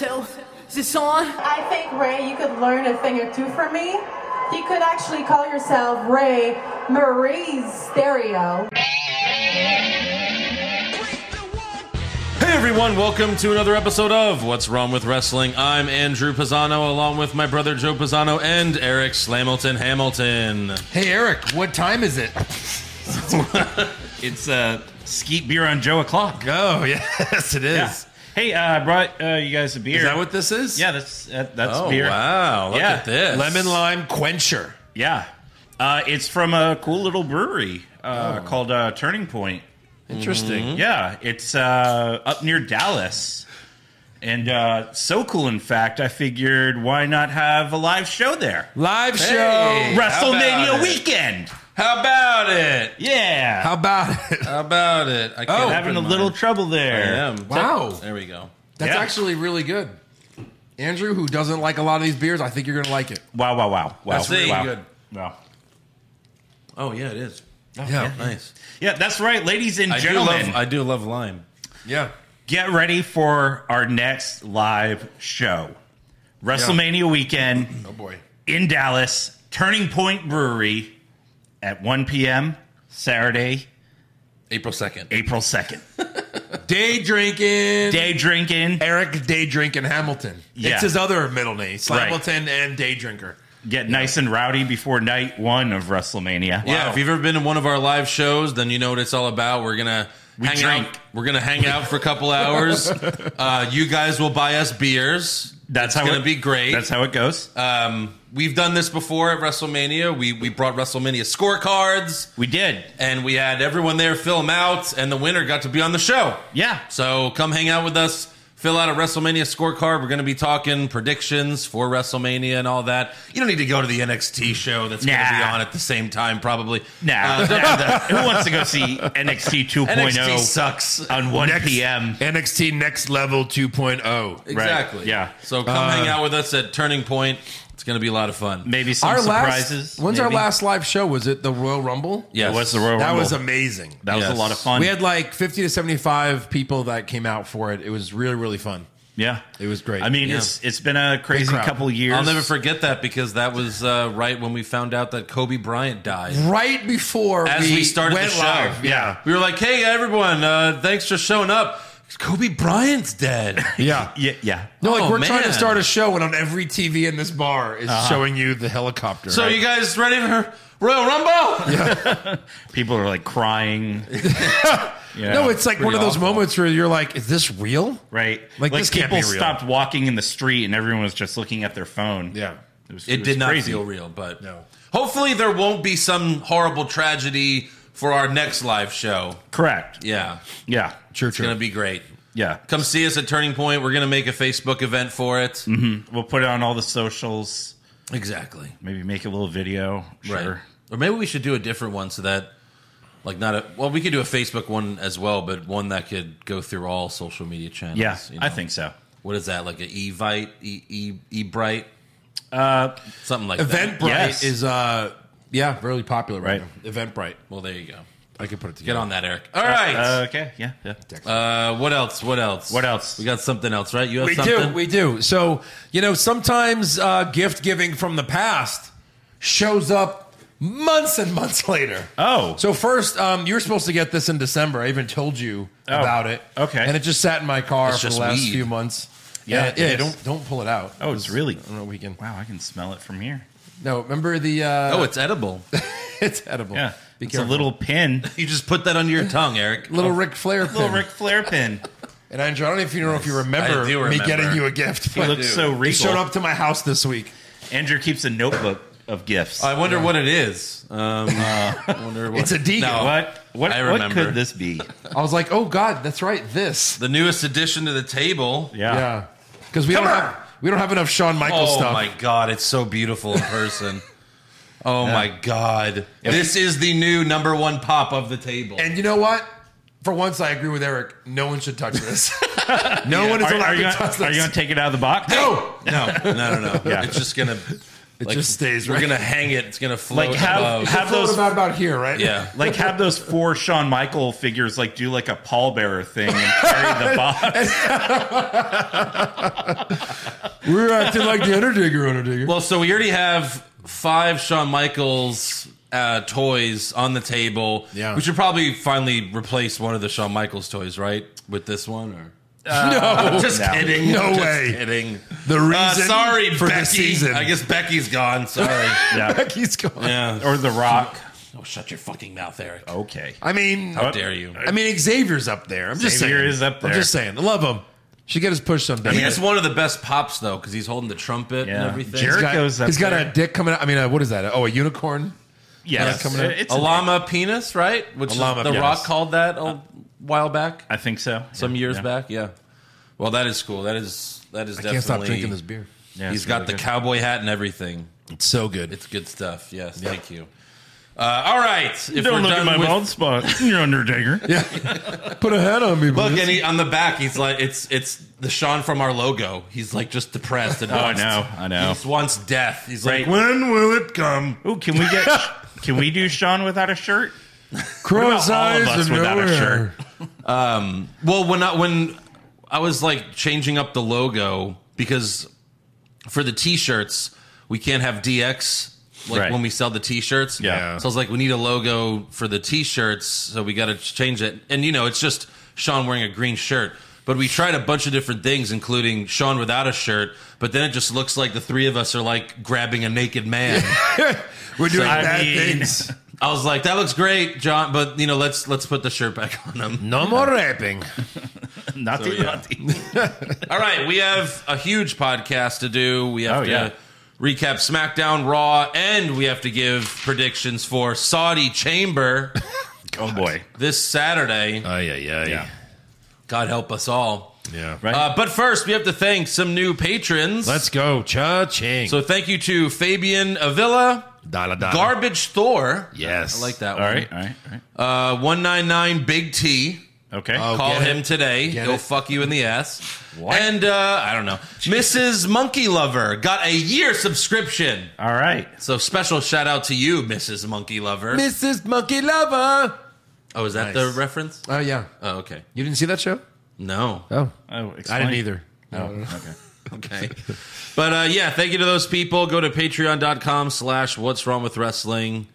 Oh, this on? I think, Ray, you could learn a thing or two from me. You could actually call yourself Ray Marie's Stereo. Hey everyone, welcome to another episode of What's Wrong with Wrestling. I'm Andrew Pisano along with my brother Joe Pisano and Eric Slamilton Hamilton. Hey Eric, what time is it? It's uh, Skeet Beer on Joe O'Clock. Oh yes, it is. Yeah. Hey, uh, I brought uh, you guys a beer. Is that what this is? Yeah, that's that, that's Oh beer. wow, look Yeah. at this. Lemon lime quencher. Yeah, uh, it's from a cool little brewery Oh. uh, called uh, Turning Point. Interesting. Hmm. Yeah, it's uh, up near Dallas, and uh, so cool. In fact, I figured why not have a live show there? Live show. Hey. How about WrestleMania it? weekend. How about it? Yeah, How about it? How about it? I Oh. can't having a open little mine. trouble I there. am. Wow. There we go. That's Yeah. actually really good. Andrew, who doesn't like a lot of these beers, I think you're gonna like it. Wow, wow, wow, wow. That's really wow. good. Wow. Oh yeah, it is. Oh, yeah. Nice. Yeah, that's right, ladies and I do gentlemen. love I do love lime. Yeah. get ready for our next live show WrestleMania weekend Oh boy. in Dallas, Turning Point Brewery at 1 p.m. Saturday, April 2nd. April 2nd. Day drinking. Day drinking. Eric Day Drinking Hamilton. Yeah. It's his other middle name, Right. Hamilton and Day Drinker. Get nice and rowdy before night one of WrestleMania. Yeah, if you've ever been to one of our live shows, then you know what it's all about. We're gonna hang drink. out. We're gonna hang out for a couple hours. Uh, you guys will buy us beers. That's it's how gonna it- be great. That's how it goes. um, we've done this before at WrestleMania. We we brought WrestleMania scorecards, we did. and we had everyone there fill them out, and the winner got to be on the show. Yeah. So come hang out with us. Fill out a WrestleMania scorecard. We're going to be talking predictions for WrestleMania and all that. You don't need to go to the NXT show that's going to be Nah. on at the same time, probably. Now, Uh, don't- who wants to go see NXT 2.0 NXT sucks. on 1 p.m.? NXT Next Level oh. 2.0. Exactly. yeah. Uh, So come hang out with us at Turning Point. It's going to be a lot of fun. Maybe some our surprises. last. When's our maybe? last live show? Was it the Royal Rumble? Yes. It was the Royal That Rumble. was amazing. That was Yes. a lot of fun. We had like 50 to 75 people that came out for it. It was really, really fun. Yeah, It was great. I mean, Yeah. it's it's been a crazy crowd. couple years. I'll never forget that because that was uh, right when we found out that Kobe Bryant died. Right before As we started the went show. live. Yeah. We were like, hey, everyone, uh, thanks for showing up. Kobe Bryant's dead. Yeah. Yeah, yeah. No, like Oh, we're trying to man. start a show, and on every TV in this bar is showing you the helicopter. so, right? you guys ready for Royal Rumble? People are like crying. yeah. no, it's like one of those awful. moments where you're like, "Is this real?" right. Like, this can't people be real. stopped walking in the street and everyone was just looking at their phone. Yeah. it, was, It was did not crazy. feel real, but No. hopefully there won't be some horrible tragedy for our next live show. Correct. Yeah. Yeah, True, It's going true. to be great. yeah. Come see us at Turning Point. We're going to make a Facebook event for it. Mm-hmm. We'll put it on all the socials. Exactly. Maybe make a little video. Right. Sure. Or maybe we should do a different one so that, like, not a well, we could do a Facebook one as well, but one that could go through all social media channels. Yeah, you I know? think so. What is that like an evite, e e e bright, Uh, something like that. Eventbrite Yes. is, uh, yeah, really popular Right. right, now. Eventbrite. Well, there you go. I could put it together. Get on that, Eric. All right. uh, okay. Yeah. yeah. Uh, what else? What else? What else? We got something else, right? You have We something. do, we do. So you know, sometimes uh, gift giving from the past shows up months and months later. Oh. so first, um, you were supposed to get this in December. I even told you Oh, about it. okay. and it just sat in my car It's for the just last weed. few months. Yeah, Yeah, it yeah. is. Don't don't pull it out. Oh, it's really. I don't know. We can. Wow, I can smell it from here. No, remember the. Uh, oh, it's edible. it's edible. Yeah, Be it's a careful. little pin, you just put that under your tongue, Eric. little Ric Flair pin. little Ric Flair pin. and Andrew, I don't know if you know if you remember, I do me remember. getting you a gift. He but looks so He regal. showed up to my house this week. Andrew keeps a notebook of gifts. I wonder what it is. Um, I wonder what It's a deacon. No, what? What, I what remember. could this be? I was like, oh God, that's right. This. The newest addition to the table. Yeah, because we don't have we don't have enough Shawn Michaels Oh stuff. my god, it's so beautiful in person. oh my god, this is the new number one pop of the table. And you know what? For once, I agree with Eric. No one should touch this. no one is Are, allowed are you to gonna, touch are you this. gonna take it out of the box? no. no, no, no, no. Yeah. It's just gonna It just stays We're right- gonna hang it. It's gonna float Like have above. have Float those about about here, right? yeah. like have those four Shawn Michael figures like do like a pallbearer thing and carry the box. We're acting like the Underdigger, Underdigger. Well, so we already have five Shawn Michaels uh, toys on the table. Yeah. We should probably finally replace one of the Shawn Michaels toys, right? With this one, or no, just no. kidding? No Just way. Kidding. the reason Uh, sorry, for Becky. the season. I guess Becky's gone. Sorry. Yeah. Becky's gone. yeah. Or the Rock. oh, shut your fucking mouth, Eric. Okay. I mean, How dare you? Oh, I mean, Xavier's up there. I'm just Xavier saying. is up I'm there. just saying. I love him. Should get his push someday. I mean, it's one of the best pops though, because he's holding the trumpet Yeah. and everything. Jer- He's got- Jericho's up he's got there. a dick coming out. I mean, uh, what is that? Oh, a unicorn? Yes. coming up. It's a llama penis, right? Which A is- llama the penis. Uh, Rock called that a while back, I think so. some years yeah. back. Yeah. Well, that is cool. That is that is I definitely. can't stop drinking this beer. Yeah, he's it's got really the good. cowboy hat and everything. It's so good. It's good stuff. Yes, thank you. Uh, all right, if we're done with- spot. You're Undertaker. yeah. Put a hat on me, Look, please. and he, on the back, he's like, it's it's the Sean from our logo. He's like just depressed and Oh, I wants- know. I He know. just wants death. He's Right. like, when will it come? Ooh, can we get? Can we do Sean without a shirt? What Cross about all of eyes us and without a nowhere. shirt? Well, when I, when I was like changing up the logo because for the t-shirts we can't have DX like Right. when we sell the t-shirts. Yeah. So I was like, we need a logo for the t-shirts, so we got to change it. And you know, it's just Sean wearing a green shirt. But we tried a bunch of different things, including Sean without a shirt. But then it just looks like the three of us are like grabbing a naked man. We're doing I bad mean- things. I was like, that looks great, John. But you know, let's let's put the shirt back on him. No more rapping. Not So, yeah. All right, we have a huge podcast to do. We have Oh, to yeah. recap SmackDown, Raw, and we have to give predictions for Saudi Chamber Oh boy. this Saturday. Oh, yeah, yeah, Yeah. God help us all. Yeah. Right. Uh, but first, we have to thank some new patrons. Let's go. Cha-ching. so thank you to Fabian Avila, Dollar, dollar. Garbage Thor. Yes. I like that all one. right. All right. All right. Uh, 199 Big T. Okay. Oh. Call get him it. today. Get He'll it. fuck you in the ass. And uh, I don't know. Mrs. Monkey Lover got a year subscription. all right. So special shout out to you, Mrs. Monkey Lover. Mrs. Monkey Lover. oh, is that Nice. the reference? Oh, yeah. Oh, okay. You didn't see that show? No. Oh. Oh, I explain. didn't either. Oh, okay. Okay. but uh, yeah, thank you to those people. Go to patreon.com slash what's wrong with wrestling.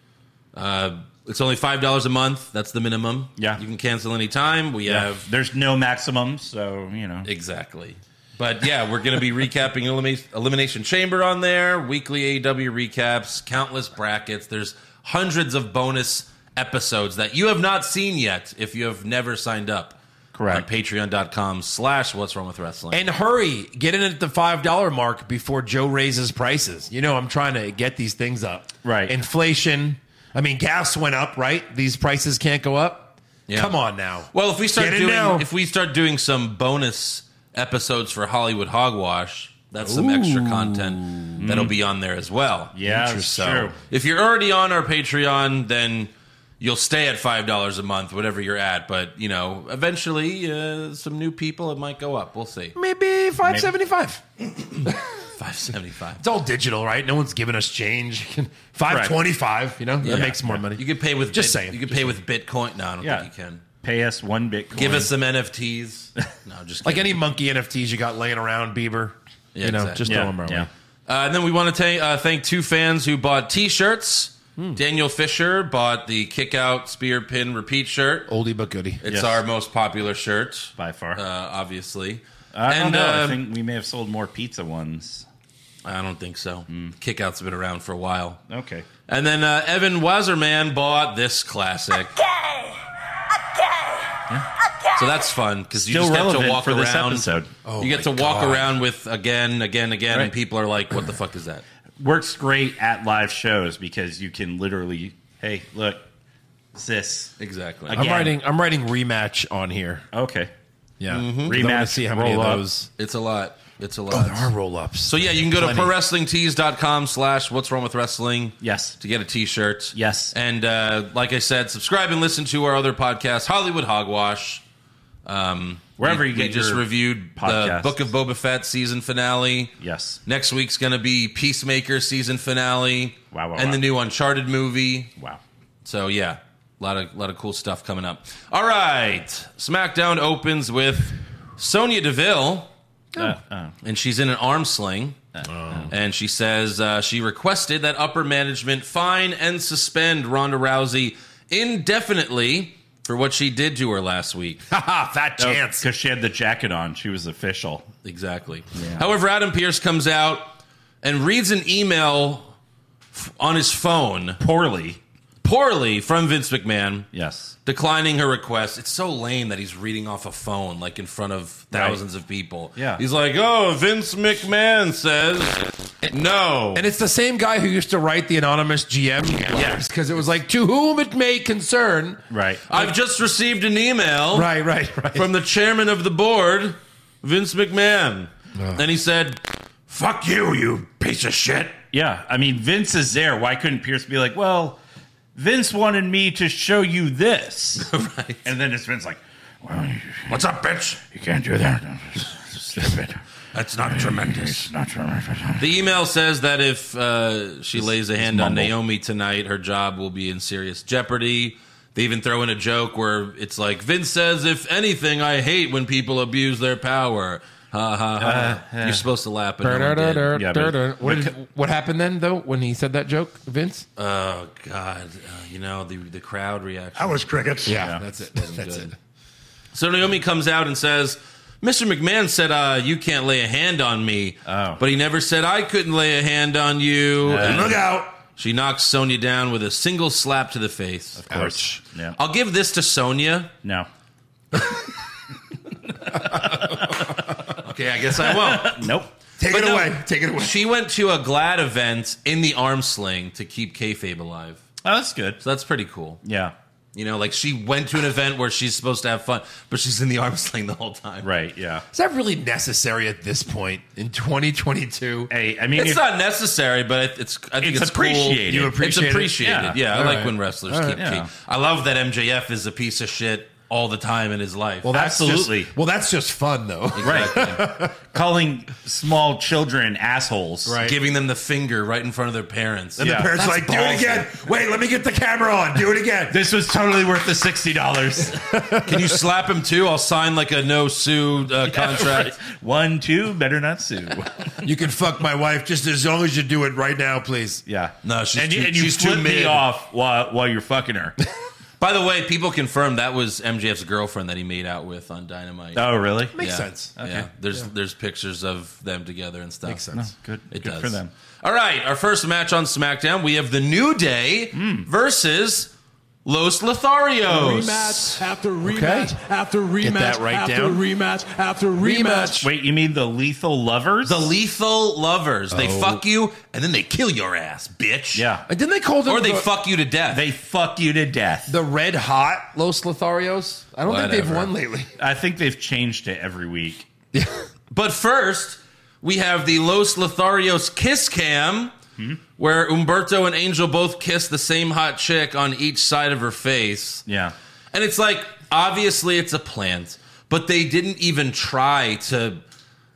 Uh, it's only $5 a month. That's the minimum. Yeah. You can cancel anytime. We Yeah. have. Uh, There's no maximum, so you know. Exactly. But yeah, we're going to be recapping Elimi- Elimination Chamber on there, weekly AEW recaps, countless brackets. There's hundreds of bonus episodes that you have not seen yet if you have never signed up. Correct. On patreon.com slash what's wrong with wrestling. And hurry, get in at the five dollar mark before Joe raises prices. You know, I'm trying to get these things up. Right. Inflation. I mean, gas went up, right? These prices can't go up. Yeah. Come on now. well, if we start Get in doing now. if we start doing some bonus episodes for Hollywood Hogwash, that's some extra content that'll be on there as well. Yeah, that's So true. if you're already on our Patreon, then you'll stay at five dollars a month, whatever you're at. But you know, eventually, uh, some new people it might go up. We'll see. maybe five seventy five. Five seventy five. It's all digital, right? No one's giving us change. Five twenty five. You know, that makes more money. You can pay with Just Bit- saying. You can pay with Bitcoin. No, I don't Yeah. think you can. Pay us one Bitcoin. Give us some NFTs. No, just like kidding. any monkey NFTs you got laying around, Bieber. Yeah, you know, exactly. just throw Yeah. them our yeah. way. Uh, and then we want to ta- uh, thank two fans who bought T-shirts. Hmm. Daniel Fisher bought the kick out spear pin repeat shirt. Oldie but goodie. It's Yes. our most popular shirt By far. uh, obviously. I don't know. I um, think we may have sold more pizza ones. I don't think so. Hmm. Kickout's been around for a while. Okay. And then uh, Evan Wazerman bought this classic. So that's fun because you Still just get to relevant walk for around. this episode. you get to Oh Oh my walk God. around with again, again, again, and Right. people are like, "What the fuck is that?" Works great at live shows because you can literally, hey, look, sis. Exactly. Again. I'm writing. I'm writing rematch on here. Okay. Yeah, Mm-hmm. Rematch, I wanna see how many of roll up. those. It's a lot. It's a lot. Oh, there are roll ups. so yeah, you can go to Plenty. prowrestlingtees.com slash what's wrong with wrestling. Yes. to get a t-shirt. Yes. And uh, like I said, subscribe and listen to our other podcast, Hollywood Hogwash. Um, Wherever we, you get we just your reviewed the podcasts. Book of Boba Fett season finale. Yes. Next week's going to be Peacemaker season finale. Wow, wow, and the wow. new Uncharted movie. Wow. So yeah, a lot of lot of cool stuff coming up. All right, SmackDown opens with Sonya Deville, Uh, uh, and she's in an arm sling. And she says uh, she requested that upper management fine and suspend Ronda Rousey indefinitely for what she did to her last week. Haha, fat chance. Because she had the jacket on. She was official. Exactly. However, Adam Pierce comes out and reads an email f- on his phone Poorly. poorly from Vince McMahon Yes. declining her request. It's so lame that he's reading off a phone like in front of thousands of people. Yeah. He's like, "Oh, Vince McMahon says no." And it's the same guy who used to write the anonymous GM letters because it was like, to whom it may concern. Right. I've just received an email Right, right, right. from the chairman of the board, Vince McMahon. And he said, "Fuck you, you piece of shit." Yeah. I mean, Vince is there. Why couldn't Pierce be like, well, Vince wanted me to show you this? right. and then it's Vince like, well, you, What's up, bitch? you can't do that. Stupid. That's not tremendous. It's not true. The email says that if uh, she lays a hand on mumble. Naomi tonight, her job will be in serious jeopardy. They even throw in a joke where it's like Vince says, "If anything, I hate when people abuse their power." Ha ha Uh, ha! You're supposed to laugh, but no one did. Yeah, but- What, did- what happened then, though, when he said that joke, Vince? Oh God! Uh, you know the the crowd reaction. That was crickets. yeah, that's it. That's it. So Naomi comes out and says, Mr. McMahon said, uh, you can't lay a hand on me. Oh. But he never said, I couldn't lay a hand on you. And Look out. she knocks Sonya down with a single slap to the face. Of course. Ouch. Yeah. I'll give this to Sonya. No. Okay, I guess I won't. Nope. Take But it no. away. Take it away. she went to a GLAD event in the arm sling to keep kayfabe alive. Oh, that's good. So that's pretty cool. Yeah. You know, like she went to an event where she's supposed to have fun, but she's in the arm sling the whole time. Right. Yeah. Is that really necessary at this point in 2022? Hey, I mean, It's if- not necessary, but it- it's I think It's it's, cool. appreciated. You appreciate it? it's appreciated. Yeah. Yeah, I All like right. when wrestlers All right. keep. Yeah. keep- I love that MJF is a piece of shit all the time in his life. Well, that's just- Absolutely. well, that's just fun, though. right. Calling small children assholes. Right. giving them the finger right in front of their parents. and Yeah. the parents are That's like, do ballsy. it again. Wait, let me get the camera on. Do it again. This was totally worth the sixty dollars. Can you slap him too? I'll sign like a no sue uh, contract. One, two, better not sue. You can fuck my wife just as long as you do it right now, please. Yeah. No, she's and, you- too- and you she's too flip me mid. off while while you're fucking her. By the way, people confirmed that was MJF's girlfriend that he made out with on Dynamite. oh, really? Makes Yeah. sense. Yeah, there's there's pictures of them together and stuff. Makes sense. Good. It good does. for them. All right, our first match on SmackDown, we have the New Day versus Los Lotharios. Rematch after rematch after rematch that right after down. rematch after rematch. Wait, you mean the lethal lovers? The Lethal Lovers. They fuck you and then they kill your ass, bitch. yeah. And didn't they call them Or they the, fuck you to death. They fuck you to death. the Red Hot Los Lotharios? I don't think they've Whatever. won lately. I think they've changed it every week. but first, we have the Los Lotharios kiss cam Hmm? where Umberto and Angel both kiss the same hot chick on each side of her face. Yeah. And it's like, obviously, it's a plant, but they didn't even try to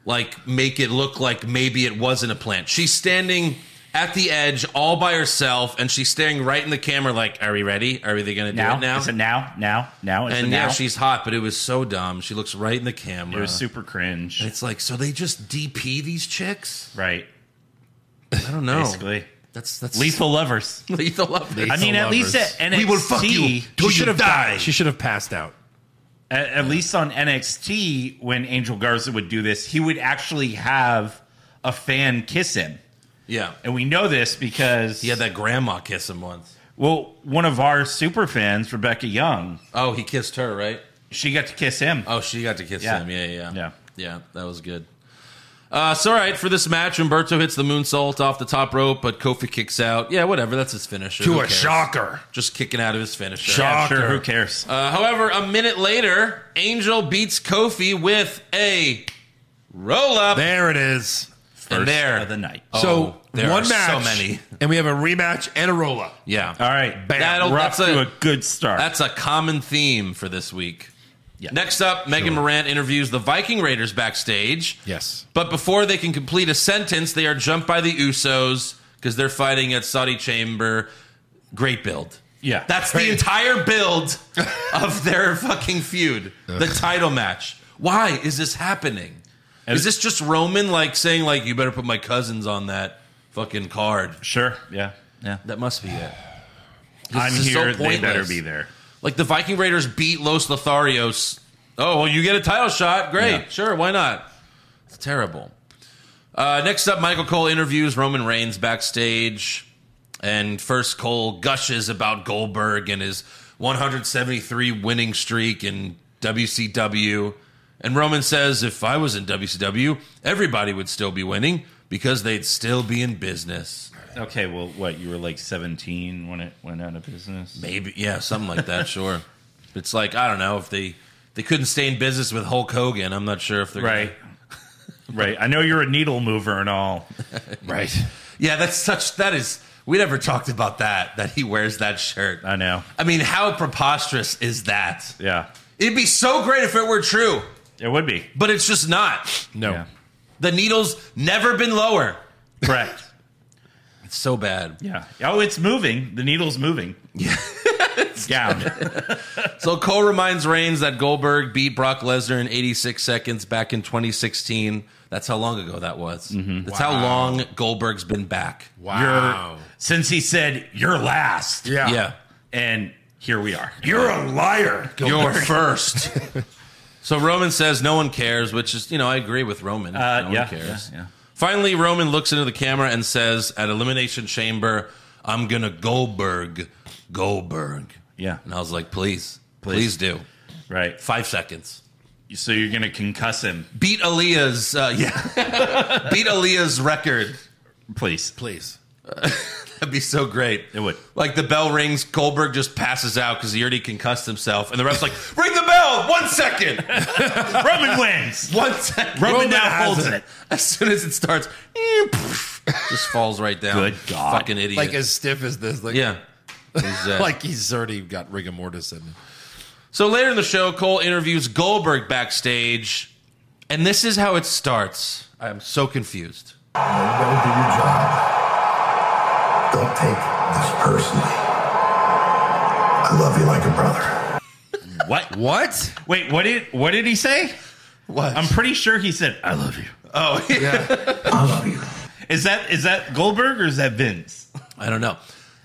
like make it look like maybe it wasn't a plant. She's standing at the edge all by herself, and she's staring right in the camera, like, "Are we ready? Are we gonna do Now? it now?" Is it now? Now? Now? Is it and now? yeah, she's hot, but it was so dumb. She looks right in the camera. it was super cringe. it's like, so they just DP these chicks? right. I don't know. Basically. that's that's Lethal lovers. lethal love. I mean, at least at NXT, We will fuck you till you die. She should have passed out. at, at least on NXT, when Angel Garza would do this, he would actually have a fan kiss him. yeah. And we know this because He had that grandma kiss him once. well, one of our super fans, Rebecca Young, Oh, he kissed her, right? she got to kiss him. Oh, she got to kiss Yeah. him. Yeah, yeah, yeah. Yeah. Yeah, that was good. Uh, so, all right, for this match, Umberto hits the moonsault off the top rope, but Kofi kicks out. Yeah, whatever. That's his finisher. Who To a cares? shocker. Just kicking out of his finisher. yeah, sure, shocker. who cares? Uh, however, a minute later, Angel beats Kofi with a roll up. There it is. and there. of the night. So, there one are match. So many. And we have a rematch and a roll up. Yeah. All right, Oh. That'll- we're off that's to a- a good start. That's a common theme for this week. Yeah. Next up, Megan Moran interviews the Viking Raiders backstage. Yes. But before they can complete a sentence, they are jumped by the Usos because they're fighting at Saudi Chamber. Great build. Yeah. That's the entire build of their fucking feud, the title match. Why is this happening? And- is this just Roman like saying like you better put my cousins on that fucking card? Sure. Yeah. Yeah. That must be it. This I'm is so here. they better pointless. be there. Like the Viking Raiders beat Los Lotharios. Oh, well, you get a title shot. Great. Yeah. Sure. Why not? It's terrible. Uh, next up, Michael Cole interviews Roman Reigns backstage. And first, Cole gushes about Goldberg and his 173 winning streak in WCW. And Roman says, if I was in WCW, everybody would still be winning because they'd still be in business. Okay. Well, what you were like 17 when it went out of business. Maybe yeah, something like that. sure. It's like I don't know if they they couldn't stay in business with Hulk Hogan. I'm not sure if they're Right. right. I know you're a needle mover and all. Right. Gonna, yeah, that's such that is. We never talked about that. That he wears that shirt. I know. I mean, how preposterous is that? Yeah. It'd be so great if it were true, It would be. but it's just not. No. Yeah. The needle's never been lower. Correct. It's so bad. Yeah. Oh, it's moving. The needle's moving. Yeah. Down. So Cole reminds Reigns that Goldberg beat Brock Lesnar in 86 seconds back in 2016. That's how long ago that was. That's how long Goldberg's been back. Wow. You're, since he said you're last. yeah. yeah. And here we are. You're a liar. You're first. so Roman says no one cares, which is, you know, I agree with Roman. Uh, no yeah, one cares. yeah, yeah. Finally, Roman looks into the camera and says, at Elimination Chamber, I'm going to Goldberg, Goldberg. Yeah. And I was like, please, please, Please. do. Right. Five seconds. So you're gonna concuss him, Beat Aaliyah's, uh, yeah, beat Aaliyah's record. please. Please. That'd be so great. It would. Like the bell rings, Goldberg just passes out because he already concussed himself, and the ref's like, "Ring the bell! One second, Roman wins. one second. Roman now has holds it. it. As soon as it starts, just falls right down. Good God. fucking idiot! Like as stiff as this. Like, yeah. He's, uh, Like he's already got rigor mortis in. him. so later in the show, Cole interviews Goldberg backstage, and this is how it starts. I'm so confused. Everybody do your job. Don't take this personally. I love you like a brother. What? What? Wait, what did what did he say? What? I'm pretty sure he said, I love you. Oh, I love you. Is that is that Goldberg or is that Vince? I don't know.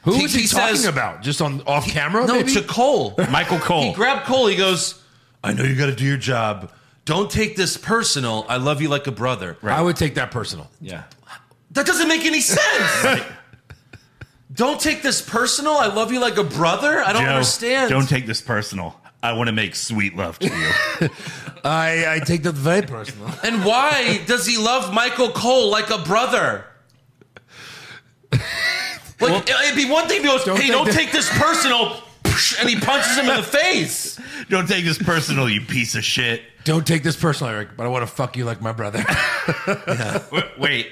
Who is he, talking says- about? Just on off camera? No, maybe? to Cole. Michael Cole. He grabbed Cole. He goes, I know you got to do your job. Don't take this personal. I love you like a brother. I would take that personal. yeah. That doesn't make any sense. don't take this personal. I love you like a brother. I don't Joe, understand. Don't take this personal. I want to make sweet love to you. I I take that very personal. and why does he love Michael Cole like a brother? Like, it'd be one thing if he goes, Don't hey, take don't thi- take this personal. And he punches him in the face. Don't take this personal, you piece of shit. Don't take this personal, Eric, but I want to fuck you like my brother. Wait, wait, wait,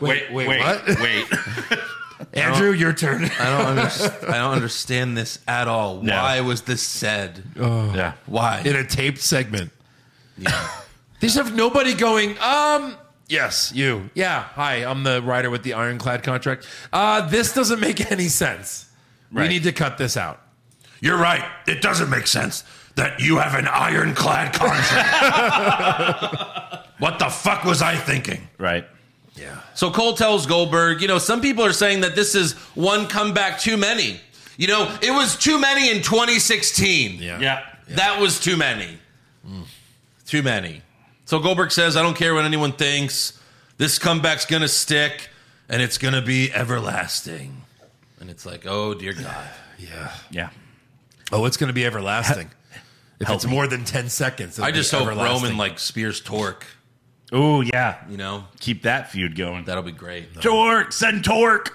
wait, wait, wait. what? Andrew, your turn. I don't, underst- I don't understand this at all. No. Oh. Why was this said? yeah. Why? In a taped segment. These have nobody going, um, yes, you. Yeah, hi, I'm the writer with the ironclad contract. Uh, this doesn't make any sense. We Right. need to cut this out. You're right. It doesn't make sense that you have an ironclad contract. what the fuck was I thinking? Right. So Cole tells Goldberg, you know, some people are saying that this is one comeback too many. You know, it was too many in 2016. Yeah. Mm. That was too many. Too many. So Goldberg says, I don't care what anyone thinks. This comeback's going to stick and it's going to be everlasting. And it's like, oh, dear God. Yeah. Yeah. Oh, it's going to be everlasting. If it's more than 10 seconds. it'll I just be hope everlasting. Roman like spears Torque, Oh yeah. you know? Keep that feud going. That'll be great. Torque, send Torque.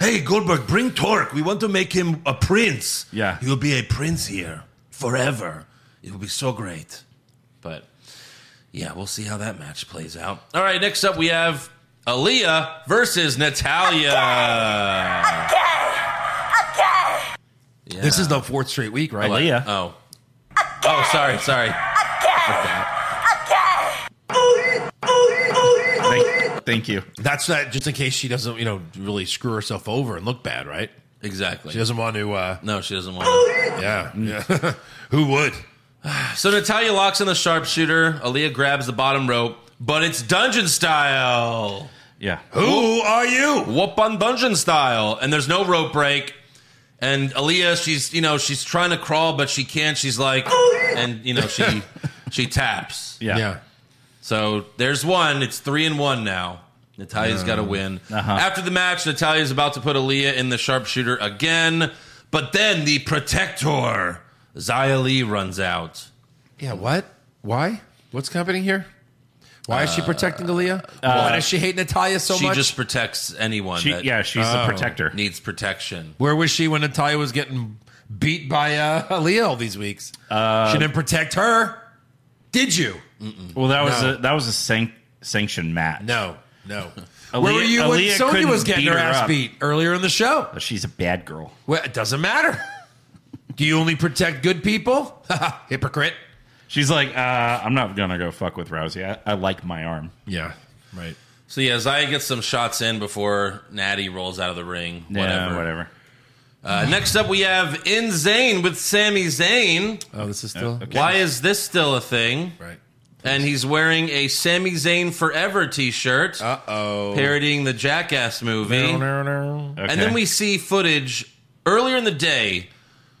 Hey, Goldberg, bring Torque. We want to make him a prince. Yeah. He'll be a prince here forever. It will be so great. But yeah, we'll see how that match plays out. All right, next up we have Aaliyah versus Natalia. Okay. Okay. This is the fourth straight week, right? Aaliyah. Oh. Oh, sorry, sorry. Thank, thank you. That's that just in case she doesn't, you know, really screw herself over and look bad, right? Exactly. She doesn't want to. uh no, she doesn't want to. Yeah, yeah. Who would? So Natalia locks in the sharpshooter. Aaliyah grabs the bottom rope, but it's dungeon style. Yeah. Who are you? Whoop on dungeon style, and there's no rope break. And Aaliyah, she's you know she's trying to crawl, but she can't. She's like, and you know she she taps. Yeah. yeah. So there's one. It's three and one now. Natalia's got to win. Uh-huh. After the match, Natalia's about to put Aaliyah in the sharpshooter again, but then the protector Zia Lee runs out. Yeah, what? Why? What's happening here? Why is she protecting Aaliyah? Why does she hate Natalia so she much? just protects anyone She, that yeah, she's Oh. the protector. needs protection. Where was she when Natalia was getting beat by uh, Aaliyah all these weeks? Uh, she didn't protect her. Did you? Well, that was No. a that was a sanc- sanctioned match. No, no. Aaliyah- Where were you when Aaliyah Sonya was couldn't getting beat her her ass up. beat earlier in the show? But Uh, she's a bad girl. Well, it doesn't matter. Do you only protect good people? Hypocrite. She's like, uh, I'm not gonna go fuck with Rousey. I, I like my arm. Yeah, right. So yeah, Zaya gets some shots in before Natty rolls out of the ring. Whatever. Yeah, whatever. Uh, next up, we have In Zane with Sami Zayn. Oh, this is still Why is this still a thing? right. And he's wearing a Sami Zayn Forever T-shirt, Uh oh. parodying the Jackass movie. Okay. And then we see footage earlier in the day.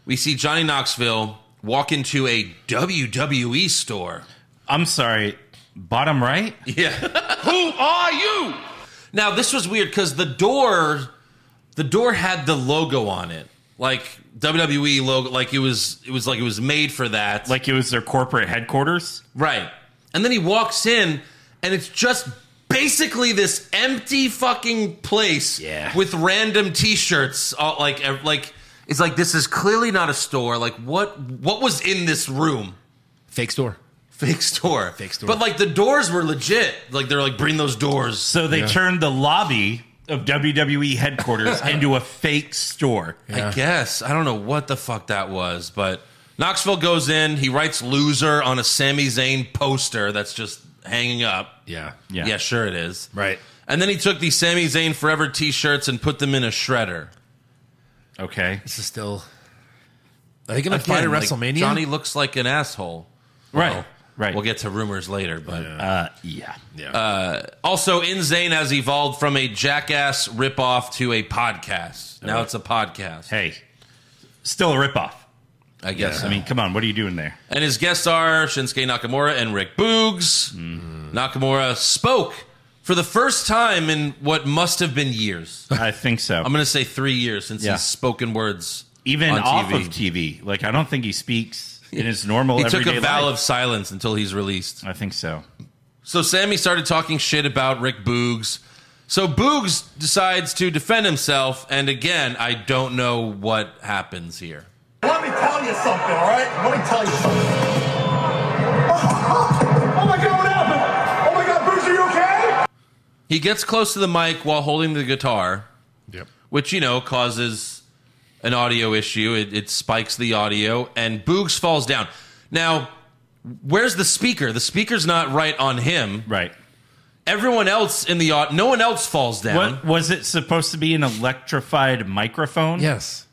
We see Johnny Knoxville walk into a WWE store. I'm sorry. Bottom right. Yeah. Who are you? now this was weird because the door, the door had the logo on it, like WWE logo, like it was, it was like it was made for that. Like it was their corporate headquarters. Right. And then he walks in, and it's just basically this empty fucking place Yeah. with random T-shirts. All, like, ev- like it's like this is clearly not a store. Like, what what was in this room? Fake store. Fake store. Fake store. But like the doors were legit. Like they're like bring those doors. So they turned the lobby of WWE headquarters into a fake store. I guess I don't know what the fuck that was, but Knoxville goes in. He writes "loser" on a Sami Zayn poster that's just hanging up. Yeah. Yeah. Yeah, sure it is. Right. And then he took these Sami Zayn Forever t-shirts and put them in a shredder. Okay. This is still. Are they going to fight at Again, like, WrestleMania? Johnny looks like an asshole. Right. Well, Right. We'll get to rumors later, but Uh, yeah. yeah. also In Zayn has evolved from a jackass ripoff to a podcast. Now it's a podcast. Hey, still a ripoff. I guess. I mean, come on. What are you doing there? And his guests are Shinsuke Nakamura and Rick Boogs. Mm-hmm. Nakamura spoke for the first time in what must have been years. I think so. I'm going to say three years since Yeah. he's spoken words Even on off TV. of TV. Like, I don't think he speaks in his normal He took everyday a vow life. of silence until he's released. I think so. So Sammy started talking shit about Rick Boogs. So Boogs decides to defend himself, and again, I don't know what happens here. Let me tell you something, all right? Let me tell you something. Oh, my God, what happened? Oh, my God, Bruce, are you okay? He gets close to the mic while holding the guitar, Yep. which you know causes an audio issue. It, it spikes the audio, and Boogs falls down. Now, where's the speaker? The speaker's not right on him. Right. Everyone else in the au- no one else falls down. What was it supposed to be an electrified microphone? Yes.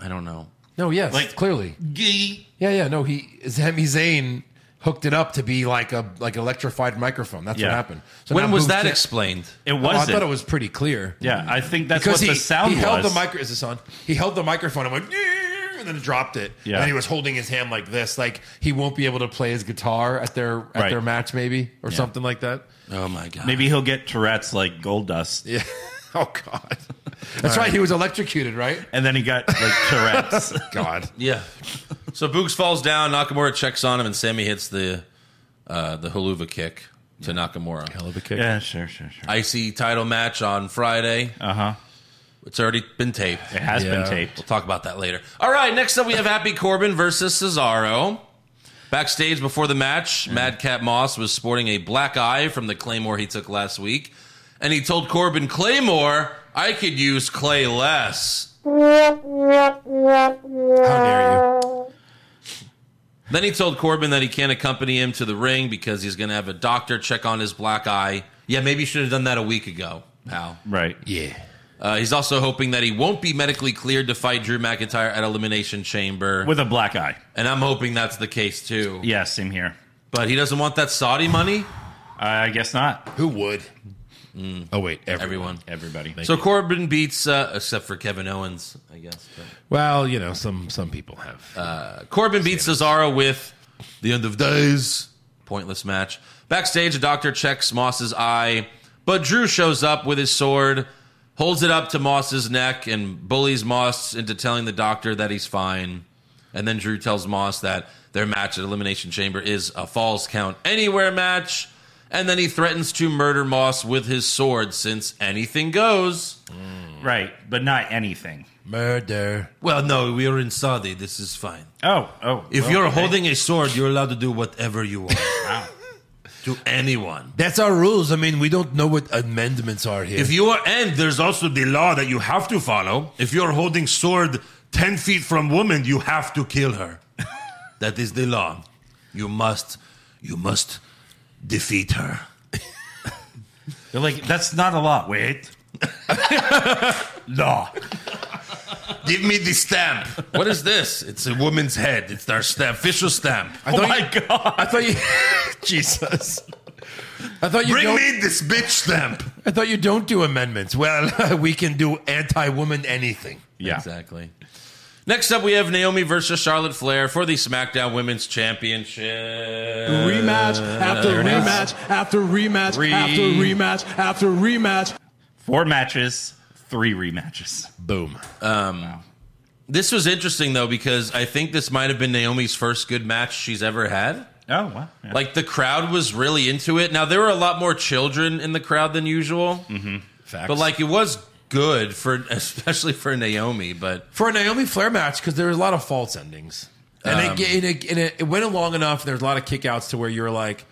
I don't know. No. Yes. Like- clearly. Gee. Yeah. Yeah. No. He Sami Zayn hooked it up to be like a like electrified microphone. That's what Yeah. happened. So when now was Boogs that can't- explained? It Oh, I wasn't. thought it was pretty clear. yeah, I think that's Because what he, the sound he held was. the micro. Is this on? He held the microphone and went, "Yeah," and then dropped it. Yeah. And he was holding his hand like this, like he won't be able to play his guitar at their at Right. their match, maybe or something like that. Oh my god. Maybe he'll get Tourette's like gold dust. Yeah. Oh God. That's right. He was electrocuted, right? And then he got like Tourette's. God. Yeah. So Boogs falls down. Nakamura checks on him, and Sammy hits the uh, the haluva kick to Nakamura. Hell of a kick. yeah, sure, sure, sure. Icy title match on Friday. Uh huh. It's already been taped. It has Yeah. been taped. We'll talk about that later. All right. Next up, we have Happy Corbin versus Cesaro. Backstage before the match, Madcap Moss was sporting a black eye from the claymore he took last week, and he told Corbin, "Claymore, I could use clay less." How dare you? Then he told Corbin that he can't accompany him to the ring because he's going to have a doctor check on his black eye. Yeah, maybe you should have done that a week ago, pal. Right. Yeah. Uh, he's also hoping that he won't be medically cleared to fight Drew McIntyre at Elimination Chamber. With a black eye. and I'm hoping that's the case too. Yeah, same here. But he doesn't want that Saudi money. I guess not. Who would? Oh wait, everyone. Everyone. Everybody. So Corbin beats, uh, except for Kevin Owens, I guess. but- Well, you know, some some people have. Corbin beats Cesaro with the end of days. Pointless match. Backstage, a doctor checks Moss's eye, but Drew shows up with his sword, holds it up to Moss's neck, and bullies Moss into telling the doctor that he's fine. And then Drew tells Moss that their match at Elimination Chamber is a Falls Count Anywhere match. And then he threatens to murder Moss with his sword since anything goes. right, but not anything. Murder. Well, no, we are in Saudi. This is fine. Oh, oh. If well, you're okay. holding a sword, you're allowed to do whatever you want. To anyone. That's our rules. I mean, we don't know what amendments are here. If you are, and there's also the law that you have to follow. If you're holding sword 10 feet from woman, you have to kill her. That is the law. You must, you must defeat her. They're like, that's not a lot. Wait. no. Give me the stamp. What is this? It's a woman's head. It's their stamp, official stamp. I thought you, God! I thought you, Jesus. I thought you Bring don't. me this bitch stamp. I thought you don't do amendments. Well, we can do anti-woman anything. Yeah. Exactly. Next up, we have Naomi versus Charlotte Flair for the SmackDown Women's Championship. Uh, Rematch after rematch after rematch after rematch after rematch. Four matches, three rematches. Boom. This was interesting, though, because I think this might have been Naomi's first good match she's ever had. Oh, wow. Yeah. Like, the crowd was really into it. Now, there were a lot more children in the crowd than usual, Mm-hmm. Facts. but like, it was good for, especially for Naomi, but. for a Naomi Flair match, because there was a lot of false endings, and, it, ga- and, it, and it, it went long enough. There's a lot of kickouts to where you're like,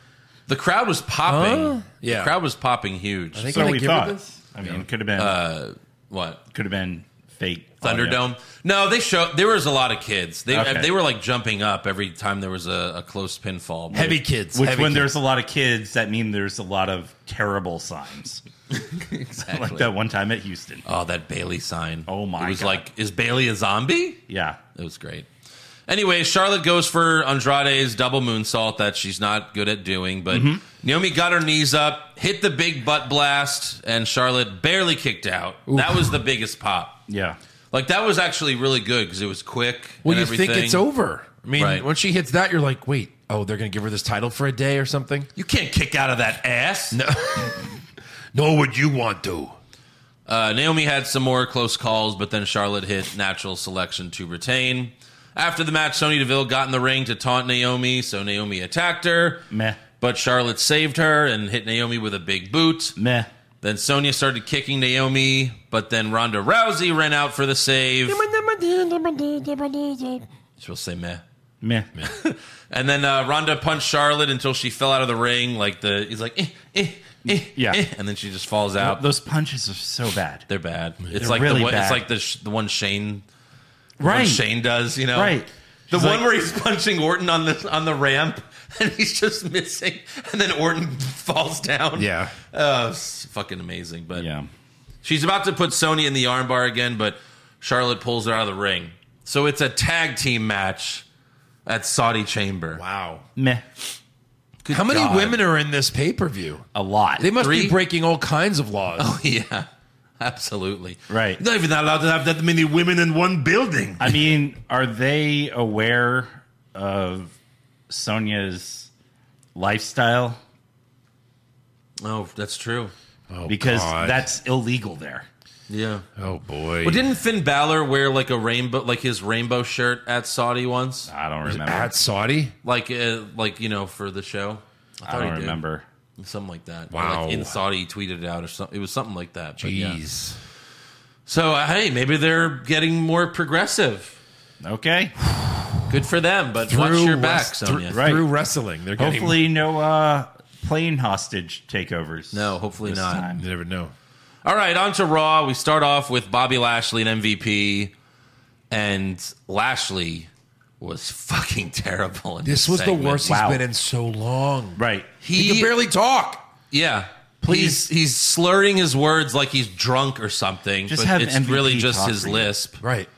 The crowd was popping. Huh? Yeah. The crowd was popping huge. I think so I'm we give her thought. this? I mean, could have been what? could have been fake Oh, Oh, Thunderdome? No, they show there was a lot of kids. They Okay. they were like jumping up every time there was a, a close pinfall. Heavy kids. Which, heavy when kids. there's a lot of kids, that mean there's a lot of terrible signs. exactly. Like that one time at Houston. Oh, that Bailey sign. Oh my It was God. like, is Bailey a zombie? Yeah. It was great. Anyway, Charlotte goes for Andrade's double moonsault that she's not good at doing, but Mm-hmm. Naomi got her knees up, hit the big butt blast, and Charlotte barely kicked out. That was the biggest pop. Yeah. Like that was actually really good because it was quick. well, and you everything. think it's over. I mean, Right. when she hits that, you're like, wait, oh, they're gonna give her this title for a day or something. You can't kick out of that ass. Nor would you want to. Uh, Naomi had some more close calls, but then Charlotte hit natural selection to retain. After the match, Sonya Deville got in the ring to taunt Naomi, so Naomi attacked her. Meh. But Charlotte saved her and hit Naomi with a big boot. Meh. Then Sonya started kicking Naomi, but then Ronda Rousey ran out for the save. She'll say meh. Meh. And then uh, Ronda punched Charlotte until she fell out of the ring. Like the he's like, eh, eh, eh, Yeah. eh, and then she just falls out. Those punches are so bad. They're bad. It's They're like really the one, bad. it's like the sh- the one Shane Right. one Shane does. You know, Right. The She's one like- where he's punching Orton on the on the ramp and he's just missing, and then Orton falls down. Yeah. oh, it's fucking amazing. But Yeah. she's about to put Sonya in the armbar again, but Charlotte pulls her out of the ring. So it's a tag team match at Saudi Chamber. Wow. Meh. Good How many God. women are in this pay per view? A lot. They must Three? be breaking all kinds of laws. Yeah, absolutely. Right. You're not even allowed to have that many women in one building. I mean, are they aware of Sonia's lifestyle? Oh, that's true. because Oh, God. that's illegal there. Yeah. Oh boy. Well, didn't Finn Balor wear like a rainbow, like his rainbow shirt at Saudi once, I don't remember. at Saudi? like, uh, like you know, for the show? I thought he don't did. remember. something like that. Wow. Or, like, in Saudi, he tweeted it out or something. It was something like that. But, yeah. Jeez. So uh, hey, maybe they're getting more progressive. Okay. Good for them, but watch your back, wrest- Sonya. thr- Right. Through wrestling, they're getting- Hopefully, no uh, plane hostage takeovers. No, hopefully this not. time. You never know. All right, on to Raw. We start off with Bobby Lashley and MVP, and Lashley was fucking terrible. in This was the segment. worst Wow. he's been in so long. Right. He, could barely talk. Yeah. Please. He's, he's slurring his words like he's drunk or something. Just but have it's MVP really just talk his for you. lisp. Right.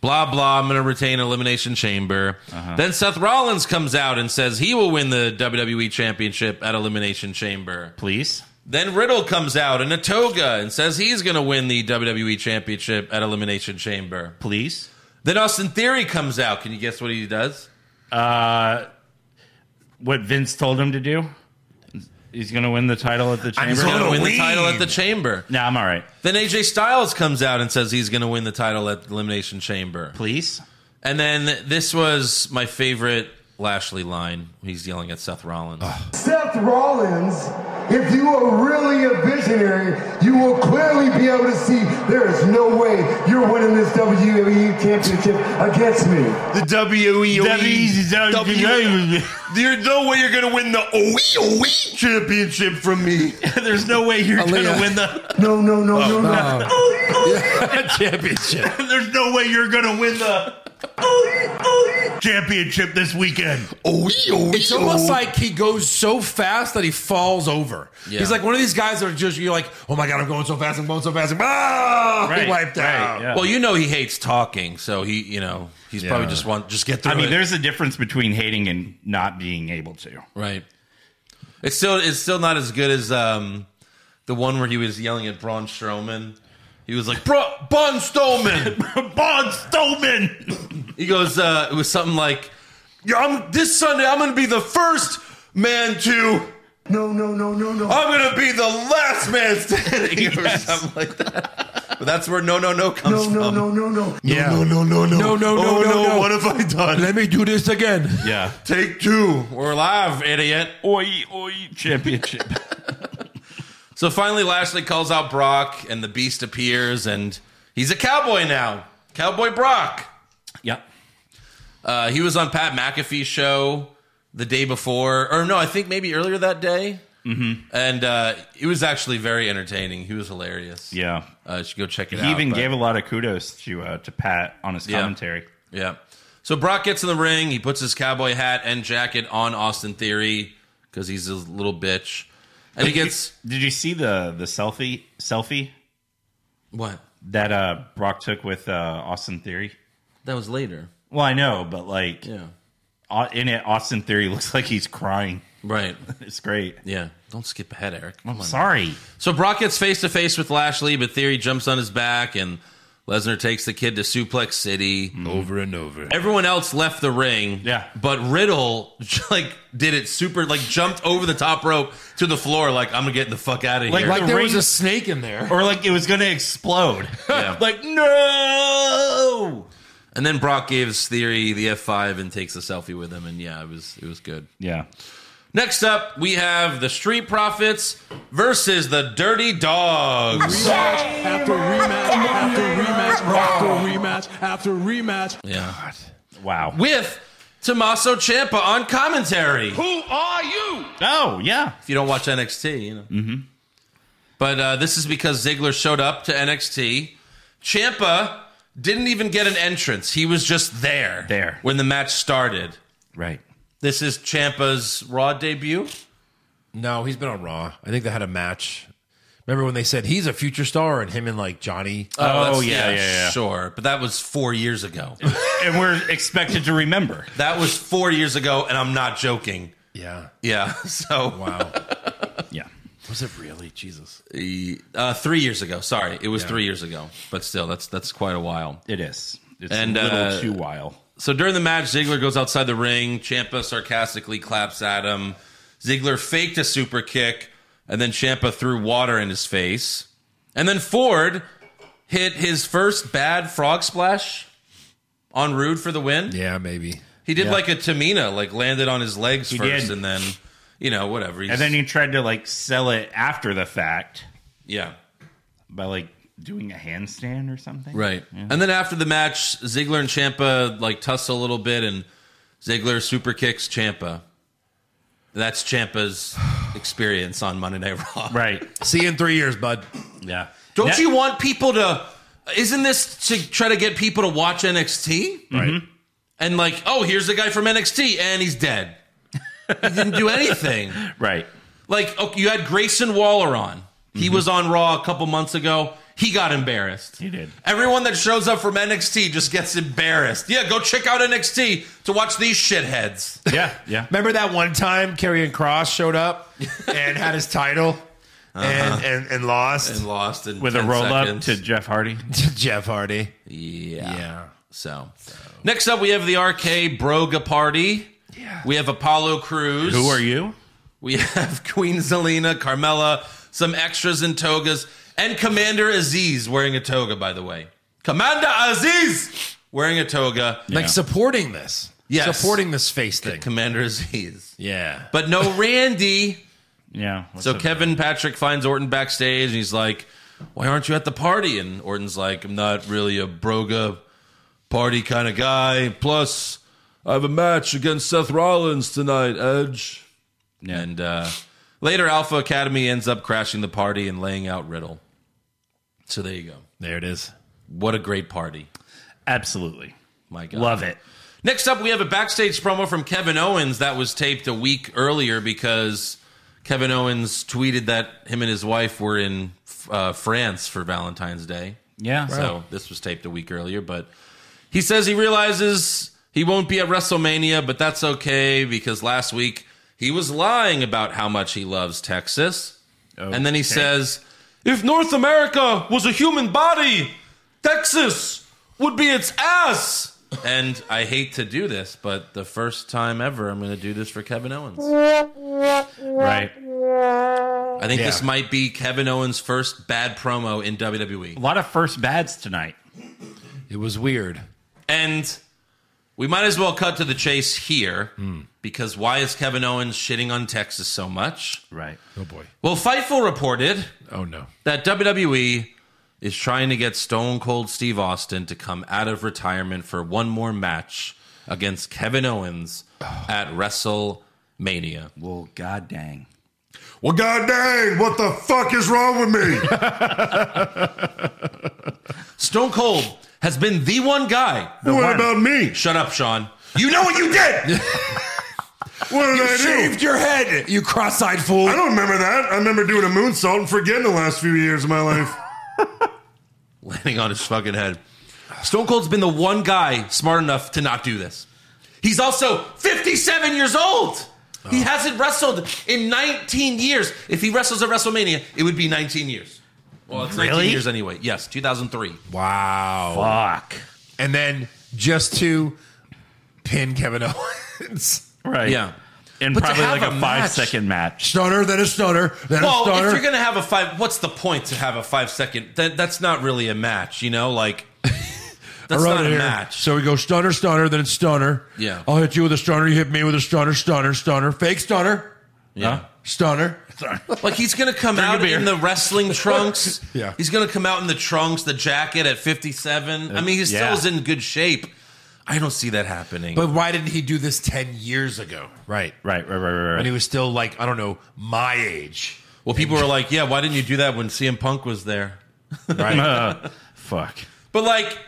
Blah, blah. I'm going to retain Elimination Chamber. Then Seth Rollins comes out and says he will win the WWE Championship at Elimination Chamber. Please. Then Riddle comes out in a toga and says he's going to win the WWE Championship at Elimination Chamber. Please. Then Austin Theory comes out. Can you guess what he does? What Vince told him to do? He's going to win the title at the chamber. He's gonna gonna win the win. title at the Chamber. No, I'm all right. Then AJ Styles comes out and says he's going to win the title at Elimination Chamber. Please. And then this was my favorite Lashley line. He's yelling at Seth Rollins. Seth Rollins, if you are really a visionary, you will clearly be able to see there is no way you're winning this WWE Championship against me. The WWE. WWE. There's no way you're going to win the OE OE E championship from me. There's no way you're going to Aaliyah. win the. No, no, no, Oh, no, no. E, Championship. There's no way you're going to win the E, championship this weekend. OE OE. It's almost like he goes so fast that he falls over. Yeah. He's like one of these guys that are just you're like, oh my god, I'm going so fast, I'm going so fast, I'm, ah, Right, he wiped right, out. yeah. Well, you know he hates talking, so he, you know, he's probably just want just get through I mean, it. there's a difference between hating and not being able to. right. It's still it's still not as good as um the one where he was yelling at Braun Strowman. He was like, Bro, Braun Strowman. Bon Stoneman. He goes, uh, it was something like, "Yeah, I'm, this Sunday, I'm going to be the first man to, No, no, no, no, no. I'm going to be the last man standing or something like that. But that's where no, no, no comes No, from. no, no, no, no. yeah. no, no, no, no, No, no, no, Oh, no, no. What have I done? Let me do this again. Yeah. Take two. We're live, idiot. Oi, oi, championship. So finally, Lashley calls out Brock, and the beast appears, and he's a cowboy now. Cowboy Brock. yep. Uh, he was on Pat McAfee's show the day before, or no, I think maybe earlier that day. Mm-hmm. And uh, it was actually very entertaining. He was hilarious. Yeah. Uh, you should go check it He out. even but- gave a lot of kudos to uh, to Pat on his Yeah. commentary. Yeah. So Brock gets in the ring. He puts his cowboy hat and jacket on Austin Theory because he's a little bitch. And he gets Did you see the the selfie selfie what? that uh, Brock took with uh, Austin Theory? That was later. Well, I know, but like Yeah. au- in it, Austin Theory looks like he's crying. Right. It's great. Yeah. Don't skip ahead, Eric. I'm sorry. So Brock gets face to face with Lashley, but Theory jumps on his back and Lesnar takes the kid to Suplex Mm-hmm. City. Over and over. Everyone else left the ring. Yeah. But Riddle like did it super like jumped over the top rope to the floor like I'm gonna get the fuck out of Like- here. Like The there ring- was a snake in there. Or like it was going to explode. Yeah. like no. And then Brock gives Theory the F5 and takes a selfie with him, and yeah, it was it was good. Yeah. Next up, we have the Street Profits versus the Dirty Dogs. After rematch, after rematch, after rematch, after rematch. Oh Yeah, Wow. with Tommaso Ciampa on commentary. If oh yeah. you don't watch NXT, you know. Mm-hmm. But uh, this is because Ziggler showed up to NXT. Ciampa didn't even get an entrance; he was just there. There. when the match started. Right. This is Ciampa's Raw debut. No, he's been on Raw. I think they had a match. Remember when they said he's a future star and him and like Johnny? Oh, that's- yeah, yeah, yeah. sure. But that was four years ago. and we're expected to remember. that was four years ago, and I'm not joking. yeah. Yeah, so Wow. Yeah. was it really? Jesus. uh, three years ago. Sorry, it was three years ago, but still, that's that's quite a while. It is. It's And, a little uh, too wild. So during the match, Ziggler goes outside the ring. Champa sarcastically claps at him. Ziggler faked a super kick, and then Champa threw water in his face. And then Ford hit his first bad frog splash on Rude for the win. Yeah, maybe. He did like a Tamina, like landed on his legs first, did. and then you know whatever. He's, And then he tried to like sell it after the fact yeah, by like doing a handstand or something. right. And then after the match, Ziggler and Champa like tussle a little bit, and Ziggler super kicks Champa. That's Champa's experience on Monday Night Raw. Right. See you in three years, bud. Yeah. Don't Now- you Mm-hmm. want people to? Isn't this to try to get people to watch NXT? Right. and like, oh, here's the guy from NXT, and he's dead. he didn't do anything. Right. Like, okay, you had Grayson Waller on. He was on Raw a couple months ago. He got embarrassed. Mm-hmm. He did. Everyone that shows up from NXT just gets embarrassed. Yeah, go check out NXT to watch these shitheads. Yeah. Yeah. Remember that one time Karrion Cross showed up and had his title and, and, Uh-huh. and lost And lost in With a 10 roll up seconds. to Jeff Hardy. to Jeff Hardy. Yeah. Yeah. So. next up, we have the RK Broga Party. Yeah. We have Apollo Cruz. Who are you? We have Queen Zelina, Carmella, some extras in togas, and Commander Aziz wearing a toga, by the way. Commander Aziz wearing a toga. Like supporting this. Yes. Supporting this face thing. Commander Aziz. Yeah. But no Randy. Yeah. What's So up? Kevin Patrick finds Orton backstage and he's like, Why aren't you at the party? And Orton's like, I'm not really a broga party kind of guy. Plus, I have a match against Seth Rollins tonight, Edge. And uh, later, Alpha Academy ends up crashing the party and laying out Riddle. So there you go. There it is. What a great party. Absolutely. My God. Love it. Next up, we have a backstage promo from Kevin Owens that was taped a week earlier because Kevin Owens tweeted that him and his wife were in uh, France for Valentine's Day. Yeah. So this was taped a week earlier, but he says he realizes he won't be at WrestleMania, but that's okay because last week he was lying about how much he loves Texas. And then he says, if North America was a human body, Texas would be its ass. And I hate to do this, but the first time ever I'm going to do this for Kevin Owens. Right. I think this Yeah. might be Kevin Owens' first bad promo in E. WWE. A lot of first bads tonight. It was weird. And we might as well cut to the chase here because why is Kevin Owens shitting on Texas so much? Right. Oh boy. Well, Fightful reported Oh no. that WWE is trying to get Stone Cold Steve Austin to come out of retirement for one more match against Kevin Owens at WrestleMania. Well, god dang. Well, god dang, what the fuck is wrong with me? Stone Cold has been the one guy. what about me? Shut up, Sean. You know what you did! what did I do? your head, you cross-eyed fool. I don't remember that. I remember doing a moonsault and forgetting the last few years of my life. landing on his fucking head. Stone Cold's been the one guy smart enough to not do this. He's also 57 years old. He hasn't wrestled in 19 years. If he wrestles at WrestleMania, it would be 19 years. Well, it's 19 Really? years anyway. Yes, 2003. Wow. Fuck. And then just to pin Kevin Owens. Right. Yeah. And But to probably have like a a, match- five second match. Stunner, then a stunner, then Well, if you're gonna have a five, what's the point to have a five second? That, that's not really a match, you know. Like that's I wrote not it a here. match. So we go stunner, stunner, then it's stunner. Yeah. I'll hit you with a stunner. You hit me with a stunner, stunner, stunner. Fake stunner, yeah. stunner. Like he's gonna come a out beer. in the wrestling trunks. Yeah. He's gonna come out in the trunks, the jacket at 57. I mean, he still yeah. is in good shape. I don't see that happening. But why didn't he do this ten years ago? Right. Right, right, right, right, And right. he was still like I don't know my age. well, people were like, "Yeah, why didn't you do that when CM Punk was there?" Right. Uh, fuck. But like,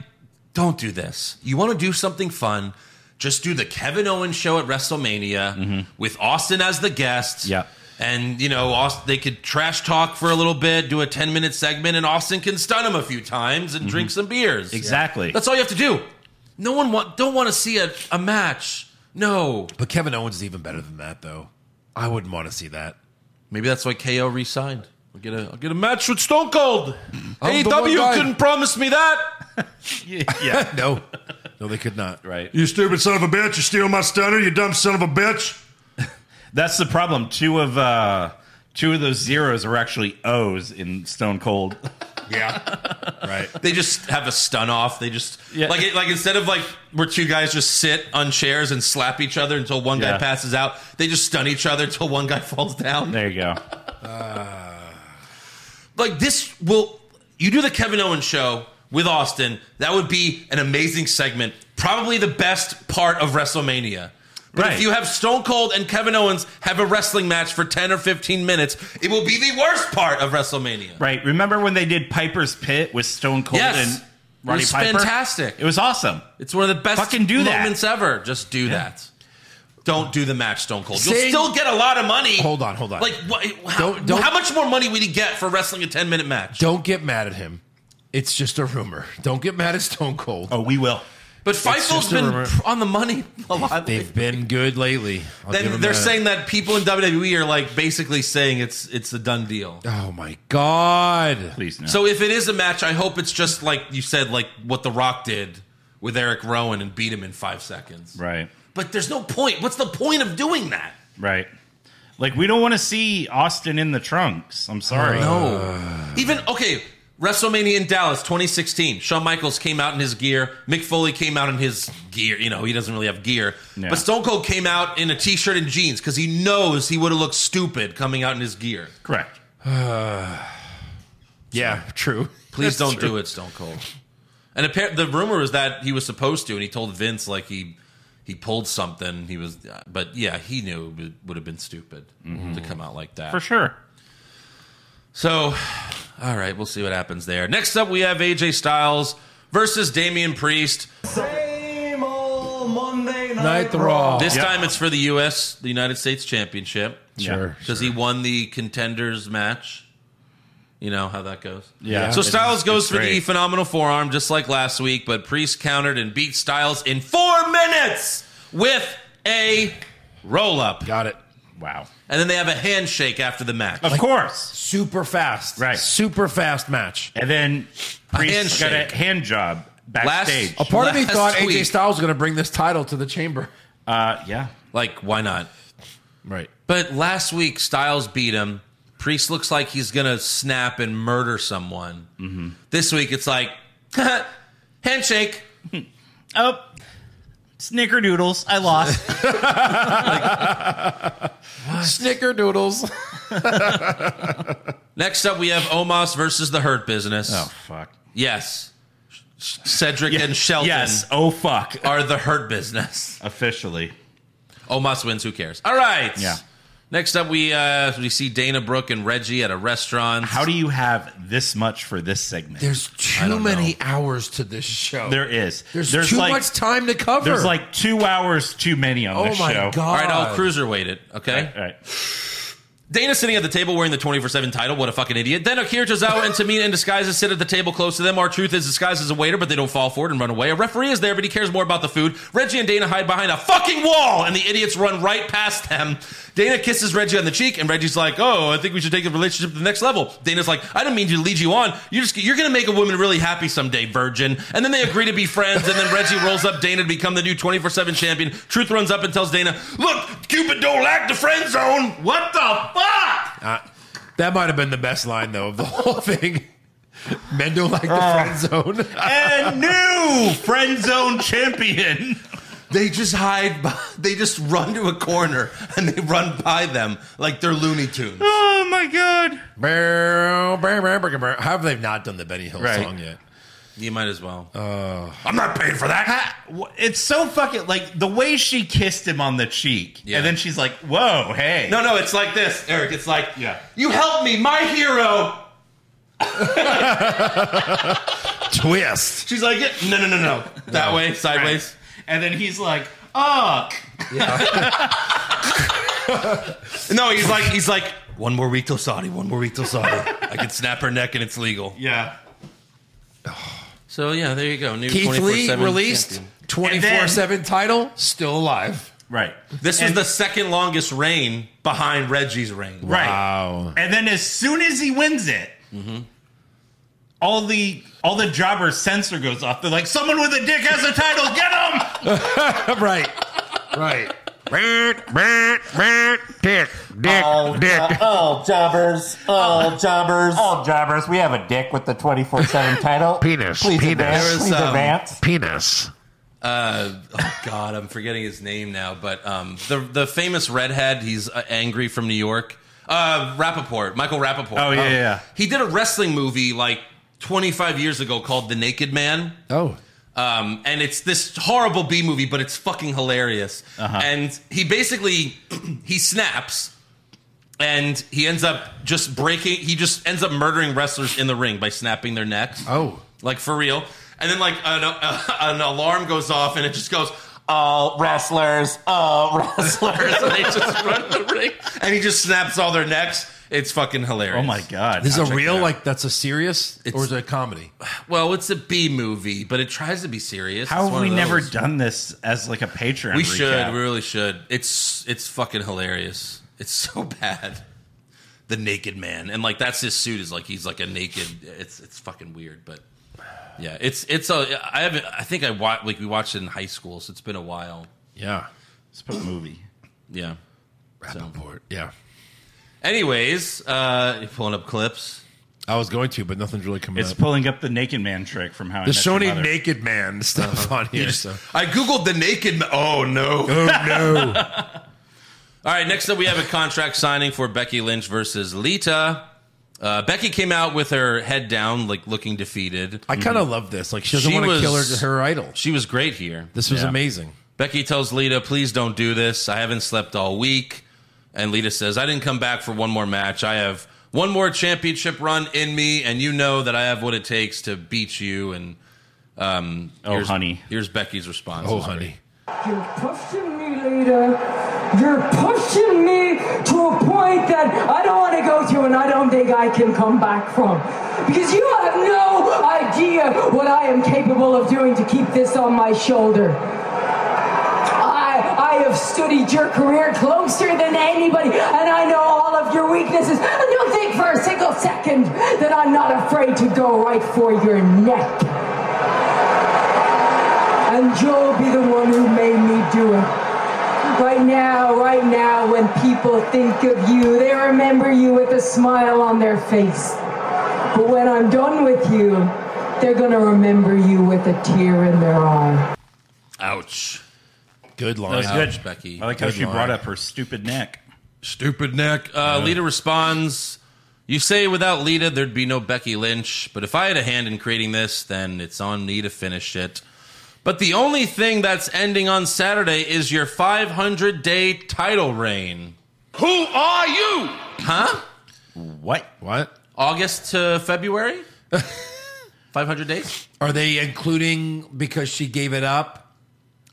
don't do this. You want to do something fun? Just do the Kevin Owens show at WrestleMania Mm-hmm. with Austin as the guest. Yeah. And you know, Austin, they could trash talk for a little bit, do a ten minute segment, and Austin can stun him a few times Mm-hmm. and drink some beers. Exactly. That's all you have to do. No one want don't want to see a, a match. No. but Kevin Owens is even better than that, though. I wouldn't want to see that. Maybe that's why KO resigned. I'll get a I'll get a match with Stone Cold. I'm the one guy. AEW couldn't promise me that. yeah. No, no, they could not. right. You stupid son of a bitch. You steal my stunner, you dumb son of a bitch. That's the problem. Two of uh two of those zeros are actually O's in Stone Cold. Yeah. right. They just have a stun off. They just Yeah. like it, like instead of like where two guys just sit on chairs and slap each other until one guy Yeah. passes out, they just stun each other until one guy falls down. There you go. like this will you do the Kevin Owens show with Austin, that would be an amazing segment, probably the best part of WrestleMania. But if Right. you have Stone Cold and Kevin Owens have a wrestling match for 10 or 15 minutes, it will be the worst part of WrestleMania. Right. Remember when they did Piper's Pit with Stone Cold Yes. and Roddy was Piper. fantastic. It was awesome. It's one of the best Fucking do that. moments ever. Just do that. Don't do the match, Stone Cold. You'll Saying- still get a lot of money. Hold on, hold on. Like, what, how, Don't- don't- how much more money would he get for wrestling a ten minute match? Don't get mad at him. It's just a rumor. Don't get mad at Stone Cold. Oh, we will. But just Feifel's a been rumor. pr- on the money a lot. They've been good lately. I'll give Then him they're that. saying that people in WWE are like basically saying it's it's a done deal. "Oh my god." Please no. So if it is a match, I hope it's just like you said, like what The Rock did with Eric Rowan and beat him in five seconds. right, But there's no point. What's the point of doing that? right. Like we don't want to see Austin in the trunks. I'm sorry. No. Uh. Even okay, WrestleMania in Dallas 2016. Shawn Michaels came out in his gear. Mick Foley came out in his gear. You know, he doesn't really have gear. No. But Stone Cold came out in a t-shirt and jeans because he knows he would have looked stupid coming out in his gear. Correct. Yeah, true. Please don't do it, Stone Cold. And appar- the rumor was that he was supposed to, and he told Vince like he he pulled something. He was, uh, but yeah, he knew it would have been stupid to come out like that For sure. So, all right, we'll see what happens there. Next up, we have AJ Styles versus Damian Priest. Same old Monday Night Raw. This Oh, Yeah. time it's for the U.S. the United States Championship Sure. because he won the contenders match. You know how that goes. Yeah. So It's- Styles goes it's for the great. phenomenal forearm just like last week, but Priest countered and beat Styles in four minutes with a roll up. Got it. Wow. And then they have a handshake after the match. Of course. Super fast. Right. Super fast match. And then Priest got handshake. a hand job backstage. A part of me Last thought AJ week. Styles was going to bring this title to the chamber. Uh, yeah. Like, why not? Right. But last week, Styles beat him. Priest looks like he's going to snap and murder someone. Mm-hmm. This week, it's like, handshake. Oh, snickerdoodles. I lost. Snickerdoodles. Next up, we have Omos versus the Hurt Business. oh fuck. Yes. Cedric and Shelton Yes. Oh fuck. are the Hurt Business. Officially. Omos wins. Who cares? All right. Yeah. Next up, we uh, we see Dana Brooke and Reggie at a restaurant. How do you have this much for this segment? There's too many hours to this show. There is. There's, too like, much time to cover. There's like two hours too many on oh this my show. god. All right, I'll cruiserweight it. Okay. All right. Dana sitting at the table wearing the 24 7 title. What a fucking idiot. Then Akira Tozawa and Tamina in disguises sit at the table close to them. Our truth is disguised as a waiter, but they don't fall for it and run away. A referee is there, but he cares more about the food. Reggie and Dana hide behind a fucking wall, and the idiots run right past them. Dana kisses Reggie on the cheek, and Reggie's like, Oh, I think we should take the relationship to the next level. Dana's like, I didn't mean to lead you on. You're just you're gonna make a woman really happy someday, virgin. And then they agree to be friends, and then Reggie rolls up Dana to become the new 24 7 champion. Truth runs up and tells Dana, Look, Cupid don't like the friend zone. What the fuck? Uh, that might have been the best line though of the whole thing. Men don't like the friend zone. And new friend zone champion. They just hide. By, they just run to a corner and they run by them like they're Looney Tunes. Oh my god. Bow, bow, bow, bow, bow. How have they not done the Benny Hill Right. song yet? You might as well. I'm not paying for that. It's so fucking like the way she kissed him on the cheek, Yeah. and then she's like, "Whoa, hey." no, no, it's like this, Eric. It's like, Yeah. you helped me, my hero. Twist. She's like, yeah. no, no, no, no, that way, sideways. And then he's like, "Oh." No, he's like, he's like, one more week till Saudi, one more week till Saudi. I can snap her neck and it's legal. Yeah. So yeah, there you go. New Keith Lee 24/7 released champion. twenty four seven title, still alive. Right. This was the second longest reign behind Reggie's reign. Right. Wow. And then as soon as he wins it, all the all the jobber sensor goes off. They're like, "Someone with a dick has a title. Get him!" right. Right. Oh, All jobbers, all jobbers, all jobbers. We have a dick with the twenty four seven title. Penis, please advance, There is, please um, advance. Penis. uh, oh God, I'm forgetting his name now, but um, the the famous redhead, he's uh, angry from New York. Uh, Rappaport, Michael Rappaport. Oh, yeah, Um, yeah. He did a wrestling movie like 25 years ago called The Naked Man. Oh. Um, and it's this horrible B movie, but it's fucking hilarious. Uh-huh. And he basically he snaps, and he ends up just breaking. He just ends up murdering wrestlers in the ring by snapping their necks Oh. like for real. and then like an, uh, an alarm goes off, and it just goes. Oh, wrestlers! Oh, wrestlers! and they just run the ring, and he just snaps all their necks. It's fucking hilarious. Oh my god. This is check a it real out. like that's a serious It's- or is it a comedy? Well, it's a B movie, but it tries to be serious. How It's have one we of never those. done this as like a Patreon? We recap? should. We really should. It's it's fucking hilarious. It's so bad. The naked man, and like that's his suit is like he's like a naked. It's it's fucking weird, but yeah, it's it's a. I haven't. I think I watched like we watched it in high school, so it's been a while. Yeah. Let's put movie. Yeah. Rappaport. Yeah. Anyways, uh, you're pulling up clips. I was going to, but nothing's really coming It's up. pulling up the naked man trick from How I There's Met so Your many Mother. naked man stuff on here. so. I googled the naked. Ma- oh no. Oh no. All right, next up we have a contract signing for Becky Lynch versus Lita. Uh, Becky came out with her head down, like looking defeated. I kind of love this. Like Mm. she doesn't She want to was- kill her her idol. She was great here. This was amazing. Becky tells Lita, please don't do this. I haven't slept all week. And Lita says, I didn't come back for one more match. I have one more championship run in me, and you know that I have what it takes to beat you. And um, Oh, here's- honey. Here's Becky's response. Oh honey. You're pushing me, Lita. You're pushing me to a point that I don't want to go to and I don't think I can come back from. Because you have no idea what I am capable of doing to keep this on my shoulder. I, I have studied your career closer than anybody, and I know all of your weaknesses. And don't think for a single second that I'm not afraid to go right for your neck. And you'll be the one who made me do it. Right now, right now, when people think of you, they remember you with a smile on their face. But when I'm done with you, they're gonna remember you with a tear in their eye. Ouch. Good line. That was Ouch, good. Becky. I like how Good she line. brought up her stupid neck. Stupid neck. Uh, Lita responds, You say without Lita, there'd be no Becky Lynch, but if I had a hand in creating this, then it's on me to finish it. But the only thing that's ending on Saturday is your 500 day title reign. Who are you? Huh? What? What? August to February? 500 days? Are they including because she gave it up?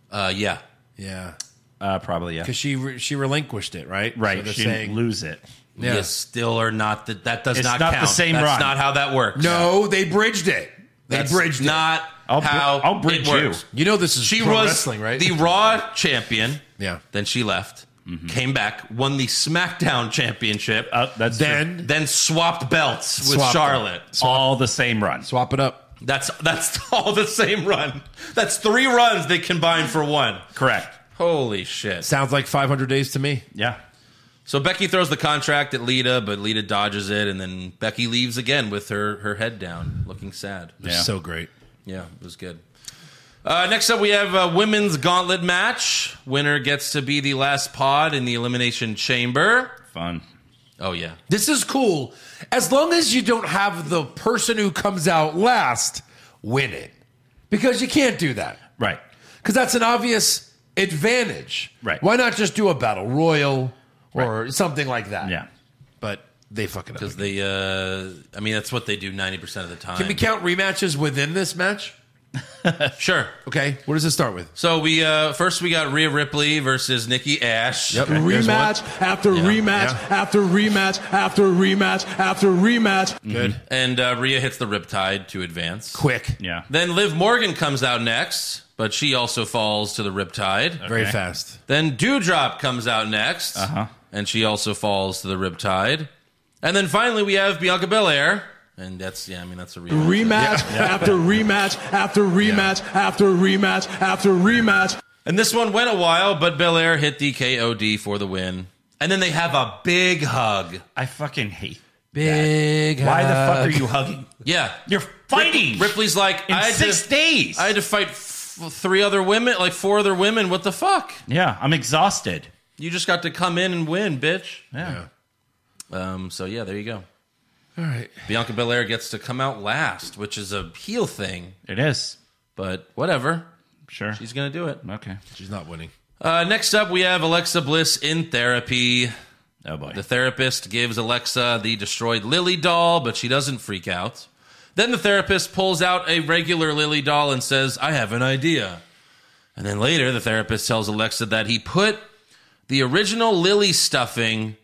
Uh, yeah. Yeah. Uh, probably yeah. Because she re- she relinquished it, right? So Right. they're she saying- didn't lose it. Yeah. You still are not that. That does It's not, not the count. same That's run. not how that works. No, they bridged it. They That's bridged it. not I'll br- how I'll it bridge works. you. You know this is She pro was wrestling, right? the Raw champion. Yeah. Mm-hmm. Then she left, came back, won the SmackDown championship, Uh, that's true. then then swapped belts with Swapped Charlotte. all the same run. swap it up. That's that's all the same run. That's three runs they combined for one. Correct. Holy shit. Sounds like 500 days to me. Yeah. So Becky throws the contract at Lita, but Lita dodges it, and then Becky leaves again with her her head down, looking sad. Yeah. So great. Yeah, it was good. Uh, next up, we have a women's gauntlet match. Winner gets to be the last pod in the elimination chamber. Fun. Oh yeah, This is cool. As long as you don't have the person who comes out last win it. Because you can't do that. Right. Because that's an obvious advantage. Right. Why not just do a battle royal or something like that? Yeah. But they fuck it up. because they. Uh, I mean, that's what they do ninety percent of the time. Can we count rematches within this match? sure. Okay. What does it start with? So we uh, first we got Rhea Ripley versus Nikki Ash. There's one. Rematch after rematch yeah. after rematch after rematch after rematch. Good. and uh, Rhea hits the Riptide to advance. Quick. Yeah. Then Liv Morgan comes out next, but she also falls to the Riptide. Very Okay. fast. Then Dewdrop comes out next, uh-huh. and she also falls to the Riptide. And then finally we have Bianca Belair, and that's yeah, I mean that's a real Rematch after rematch after rematch after rematch after rematch. And this one went a while, but Belair hit the KOD for the win. And then they have a big hug. I fucking hate. Uh, Big. Why the hug. fuck are you hugging? Yeah, You're fighting Ripley's like in I had six to, days. I had to fight f- three other women, like four other women. What the fuck? yeah, I'm exhausted. You just got to come in and win, bitch. Yeah. Um, so yeah, there you go. All right. Bianca Belair gets to come out last, which is a heel thing, It is. but whatever. Sure. She's gonna do it. okay. She's not winning. Uh, next up, we have Alexa Bliss in therapy. Oh boy. The therapist gives Alexa the destroyed Lily doll, but she doesn't freak out. Then the therapist pulls out a regular Lily doll and says, I have an idea. And then later, the therapist tells Alexa that he put the original Lily stuffing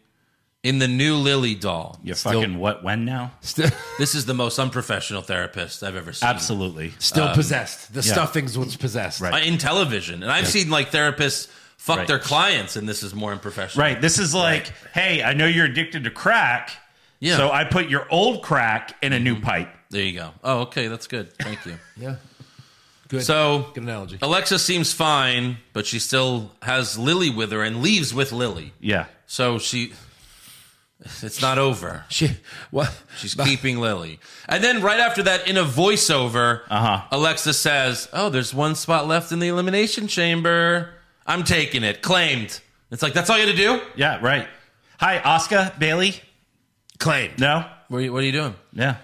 in the new Lily doll. You fucking what, when now? this is the most unprofessional therapist I've ever seen. Absolutely. Still Um, possessed. The yeah. stuffing's what's possessed. Uh, in television. And I've seen like therapists fuck Right. their clients, and this is more unprofessional. Right. This is like, hey, I know you're addicted to crack. Yeah. So I put your old crack in a new pipe. There you go. Oh, okay. That's good. Thank you. Yeah. Good. So good analogy. Alexa seems fine, but she still has Lily with her and leaves with Lily. Yeah. So she, it's not over. She what? She's keeping Lily. And then right after that, in a voiceover, uh-huh. Alexa says, Oh, there's one spot left in the elimination chamber. I'm taking it. Claimed. It's like, that's all you had to do? Yeah, right. Hi, Oscar Bailey. Claim. No? What are you, what are you doing? Yeah.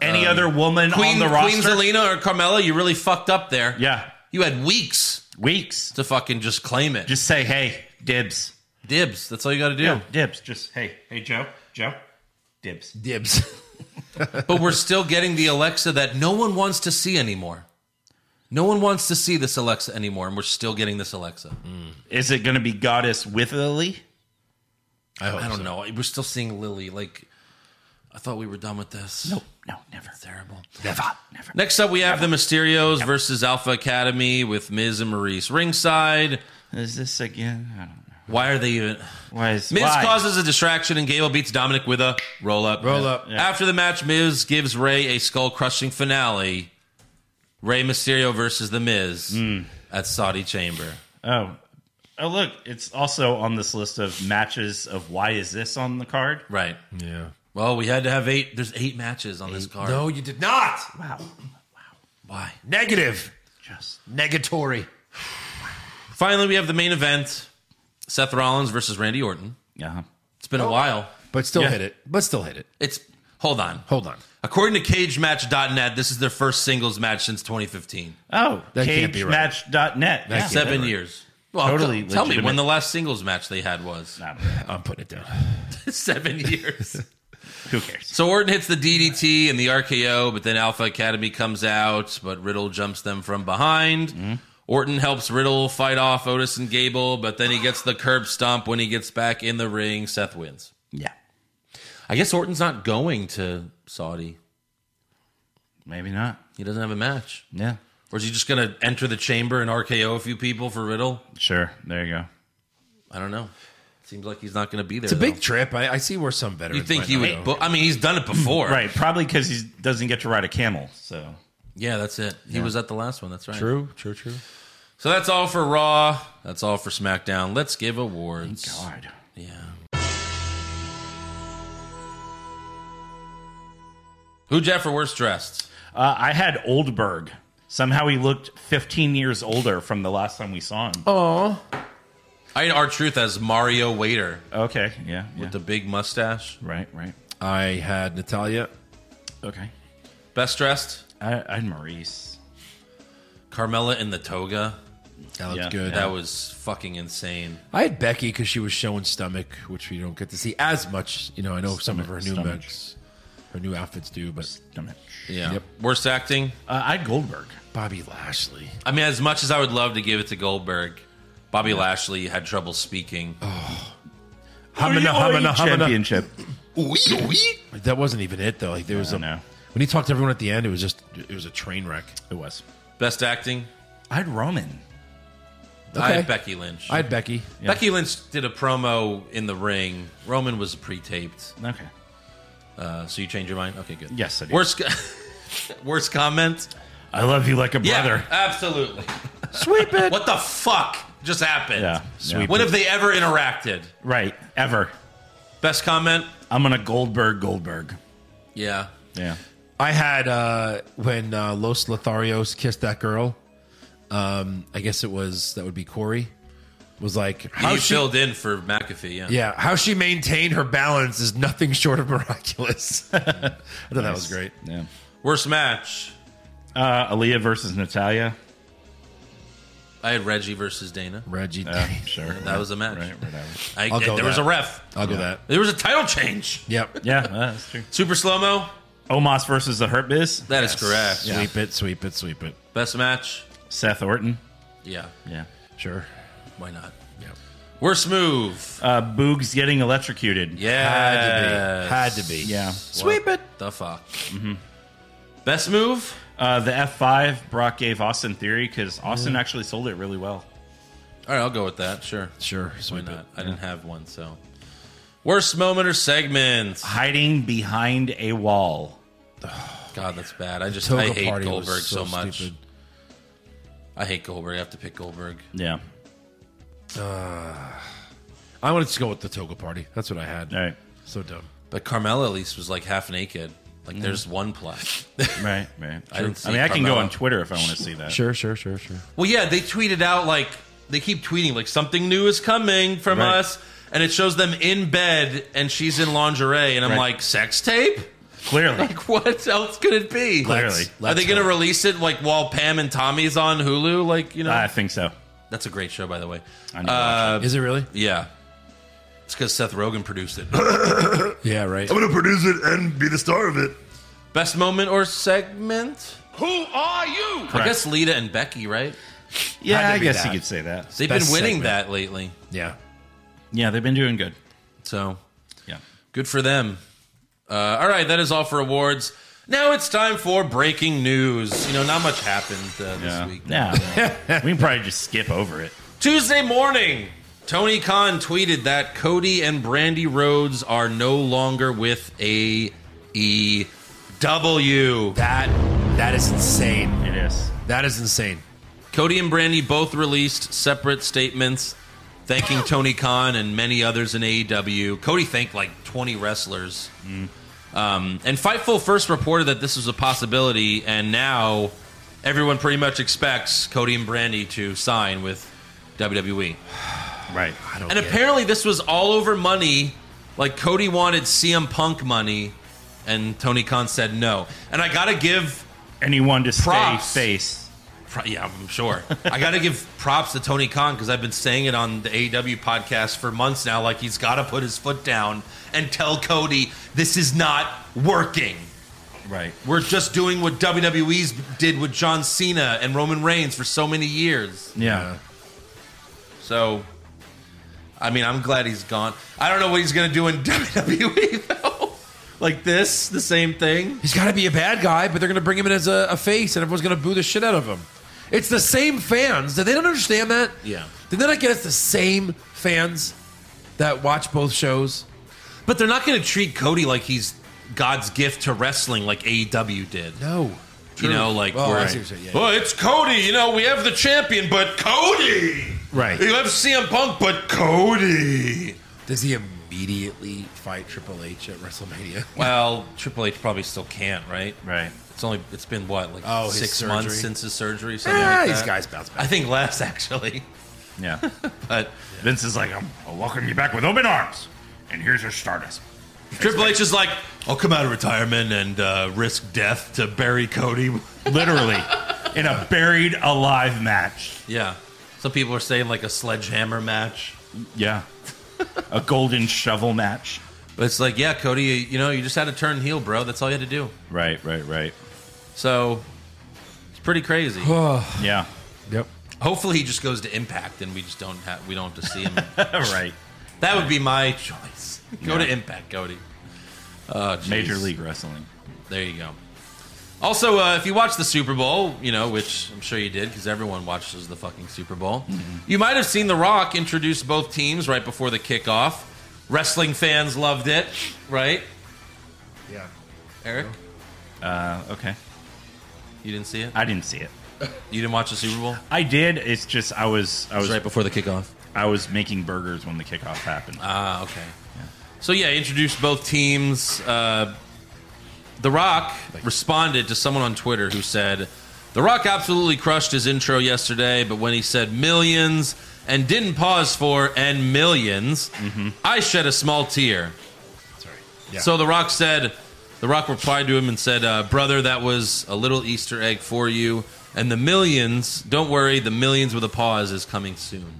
Any Um, other woman Queen, on the roster? Queen Zelina or Carmella, you really fucked up there. Yeah. You had weeks Weeks. to fucking just claim it. Just say, hey, dibs. Dibs. That's all you got to do. Yeah, dibs. Just, hey, hey, Joe, Joe, dibs. Dibs. but we're still getting the Alexa that no one wants to see anymore. No one wants to see this Alexa anymore, and we're still getting this Alexa. Is it going to be goddess with Lily? I hope I don't so. know. We're still seeing Lily. Like, I thought we were done with this. No, no, never. Terrible. Never. Never. Next up, we have the Mysterios versus Alpha Academy with Miz and Maurice ringside. Is this again? I don't know. Why are they even? Why is Miz why? causes a distraction and Gable beats Dominic with a roll up. Roll up. Yeah. After the match, Miz gives Ray a skull crushing finale. Ray Mysterio versus The Miz Hmm. at Saudi Chamber. Oh. Oh, look, it's also on this list of matches of why is this on the card? Right. Yeah. Well, Oh, we had to have eight. There's eight matches on this card. No, you did not. Wow. Why? Negative. Just. Negatory. Finally, we have the main event Seth Rollins versus Randy Orton. Yeah. It's Oh. been a while. But still hit it. But still hit it. It's. Hold on. Hold on. According to cagematch.net, this is their first singles match since 2015. Oh, That can't be right. cagematch.net. That Yeah. can't- Seven right. years. Well, Totally t- tell me legitimate. when the last singles match they had was. I don't know. I'm putting it down. Seven years. Who cares? So Orton hits the DDT and the RKO, but then Alpha Academy comes out, but Riddle jumps them from behind. Orton helps Riddle fight off Otis and Gable, but then he gets the curb stomp. When he gets back in the ring, Seth wins. Yeah. I guess Orton's not going to Saudi. Maybe not. He doesn't have a match. Yeah. Or is he just going to enter the chamber and RKO a few people for Riddle? Sure. There you go. I don't know. Seems like he's not going to be there. It's a though. big trip. I, I see where some veterans. You think might he not would? go. Bo- I mean, he's done it before, Right. Probably because he doesn't get to ride a camel. So. Yeah, that's it. He was at the last one. That's right. True. True. True. So that's all for Raw. That's all for SmackDown. Let's give awards. God. Yeah. Who Jeff for worst dressed? Uh, I had Oldberg. Somehow he looked 15 years older from the last time we saw him. Oh. I had our truth as Mario Waiter Okay. Yeah. yeah. with the big mustache. right. Right. I had Natalia. Okay. Best dressed, I, I had Maurice. Carmella in the toga. That looked Yeah. good. That was fucking insane. I had Becky because she was showing stomach, which we don't get to see as much. You know, I know some of her new Stomach. looks, her new outfits do, but Damn it. Yeah. Yep. Worst acting. Uh, I had Goldberg. Bobby Lashley. I mean, as much as I would love to give it to Goldberg, Bobby Lashley had trouble speaking. Humana, humana, humana. championship. That wasn't even it though. Like there was I a know. when he talked to everyone at the end, it was just it was a train wreck. It was. Best acting. I had Roman. I Okay. had Becky Lynch. I had Becky. Becky Lynch did a promo in the ring. Roman was pre-taped. Okay. Uh, so you change your mind? Okay, good. Yes, I did. Worst, worst comment. I love you like a brother. Yeah, absolutely. Sweep it. What the fuck just happened? Yeah, Sweep When it. have they ever interacted? Right. Ever. Best comment. I'm gonna Goldberg. Goldberg. Yeah. Yeah. I had uh, when uh, Los Lotharios kissed that girl. Um, I guess it was that would be Corey. Was like how you she, filled in for McAfee. Yeah. yeah, how she maintained her balance is nothing short of miraculous. I thought that was great. Yeah. Worst match. Uh, Aaliyah versus Natalia. I had Reggie versus Dana. Reggie, Uh, sure. That was a match. Right. Whatever. I, I'll go there was that. a ref. I'll go that. There was a title change. Yep. Yeah, uh, that's true. Super slow mo. Omos versus the Hurt Biz. That is correct. Sweep it, sweep it, sweep it. Best match? Seth Orton. Yeah. Yeah. Sure. Why not? Yeah. Worst move? Uh, Boogs getting electrocuted. Yeah. Had Mm-hmm. to be. Yeah. Sweep it. The fuck. Best move? Uh, the F5 Brock gave Austin Theory because Austin actually sold it really well. All right, I'll go with that. Sure. Sure. Why Sweep it. not? I didn't have one, so. Worst moment or segment? Hiding behind a wall. God, that's bad. I just I Toga hate party was Goldberg so, so much. stupid. I hate Goldberg. I have to pick Goldberg. Yeah. I wanted to go with the toga party. That's what I had. All right. So dumb. But Carmella at least was like half naked. Mm. Like there's one plus. Right. Right. I didn't see mean, I can Carmella. go on Twitter if I want to see that. Sure, sure, sure, sure. well, yeah, they tweeted out like they keep tweeting like something new is coming from Right. us, and it shows them in bed and she's in lingerie, and I'm Right. like sex tape. Clearly. Like what else could it be? Clearly. Are they Let's going to hope. release it like while Pam and Tommy's on Hulu? Like you know, I think so. that's a great show by the way. I need to Is it really? Yeah, it's because Seth Rogen produced it. Yeah, right. I'm gonna produce it and be the star of it. Best moment or segment? Who are you? I guess Lita and Becky, right? Yeah, Had to I be guess that. you could say that. They've Best been winning segment. that lately. Yeah. Yeah, they've been doing good. So Yeah. good for them. Uh, all right, that is all for awards. Now it's time for breaking news. You know, not much happened uh, this Yeah. week. Yeah. we can probably just skip over it. Tuesday morning, Tony Khan tweeted that Cody and Brandy Rhodes are no longer with E AEW. That that is insane. It is. That is insane. Cody and Brandy both released separate statements thanking Tony Khan and many others in AEW. Cody thanked like 20 wrestlers. Um, and Fightful first reported that this was a possibility, and now everyone pretty much expects Cody and Brandy to sign with E. WWE. Right. I don't And get it. apparently, this was all over money. Like Cody wanted CM Punk money, and Tony Khan said no. And I gotta give Anyone to stay Props. face. Pro- Yeah, I'm sure. I got to give props to Tony Khan because I've been saying it on the AEW podcast for months now. Like he's got to put his foot down and tell Cody this is not working. Right. We're just doing what WWE's did with John Cena and Roman Reigns for so many years. Uh, Yeah. So, I mean, I'm glad he's gone. I don't know what he's gonna do in WWE though. like this, the same thing. He's got to be a bad guy, but they're going to bring him in as a, a face, and everyone's going to boo the shit out of him. It's the same fans. Do they don't understand that? Yeah. Did they not get it's the same fans that watch both shows? But they're not gonna treat Cody like he's God's gift to wrestling, like AEW did. No. You know, like Oh, I we're, see what you're saying. Yeah, "Oh, it's Cody. You know, we have the champion, but Cody. Right. You have CM Punk, but Cody. Does he immediately fight Triple H at WrestleMania? Well, Triple H probably still can't, right? Right. It's only it's been what like Oh, six his months surgery? since his surgery. Something Ah, like these that. guys bounce back. I think less actually, Yeah. but Vince is like, I'm, I'll welcome you back with open arms. And here's your stardust. Triple H is like, I'll come out of retirement and uh, risk death to bury Cody. Literally. in a buried alive match. yeah, some people are saying like a sledgehammer match. Yeah. a golden shovel match. But it's like, yeah, Cody, you, you know, you just had to turn heel, bro. That's all you had to do. Right, right, right. So it's pretty crazy. Yeah. Yep. Hopefully, he just goes to Impact, and we just don't have we don't have to see him. right. that would be my choice. Go to Yeah. Impact, Cody. Uh, Major League Wrestling. There you go. Also, uh, if you watch the Super Bowl, you know which I'm sure you did because everyone watches the fucking Super Bowl. You might have seen The Rock introduce both teams right before the kickoff. Wrestling fans loved it, right? Yeah. Eric, Uh, okay. you didn't see it. I didn't see it. You didn't watch the Super Bowl. I did. It's just I was I It was was right before the kickoff. I was making burgers when the kickoff happened. Ah, okay. So yeah, introduced both teams. Uh, the Rock responded to someone on Twitter who said, "The Rock absolutely crushed his intro yesterday, but when he said millions and didn't pause for and 1000000s I shed a small tear." Yeah. So The Rock said, The Rock replied to him and said, uh, Brother, that was a little Easter egg for you. And the millions, don't worry, the millions with a pause is coming soon.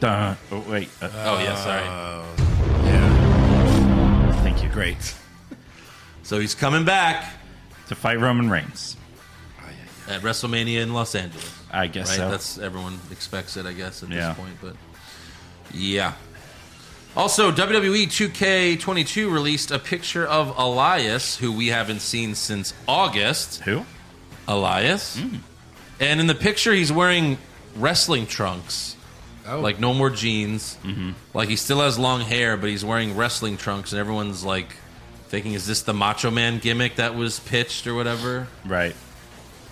Dun. oh wait. Uh, Oh, yeah, sorry. Yeah. thank you. Great. So he's coming back to fight Roman Reigns at WrestleMania in Los Angeles. I guess right? so. That's everyone expects it. I guess at Yeah. this point, but yeah. Also, E WWE 2K22 released a picture of Elias, who we haven't seen since August. Who? Elias. Hmm. And in the picture, he's wearing wrestling trunks. Oh. Like, no more jeans. Mm-hmm. Like, he still has long hair, but he's wearing wrestling trunks, and everyone's like thinking, is this the Macho Man gimmick that was pitched or whatever? Right.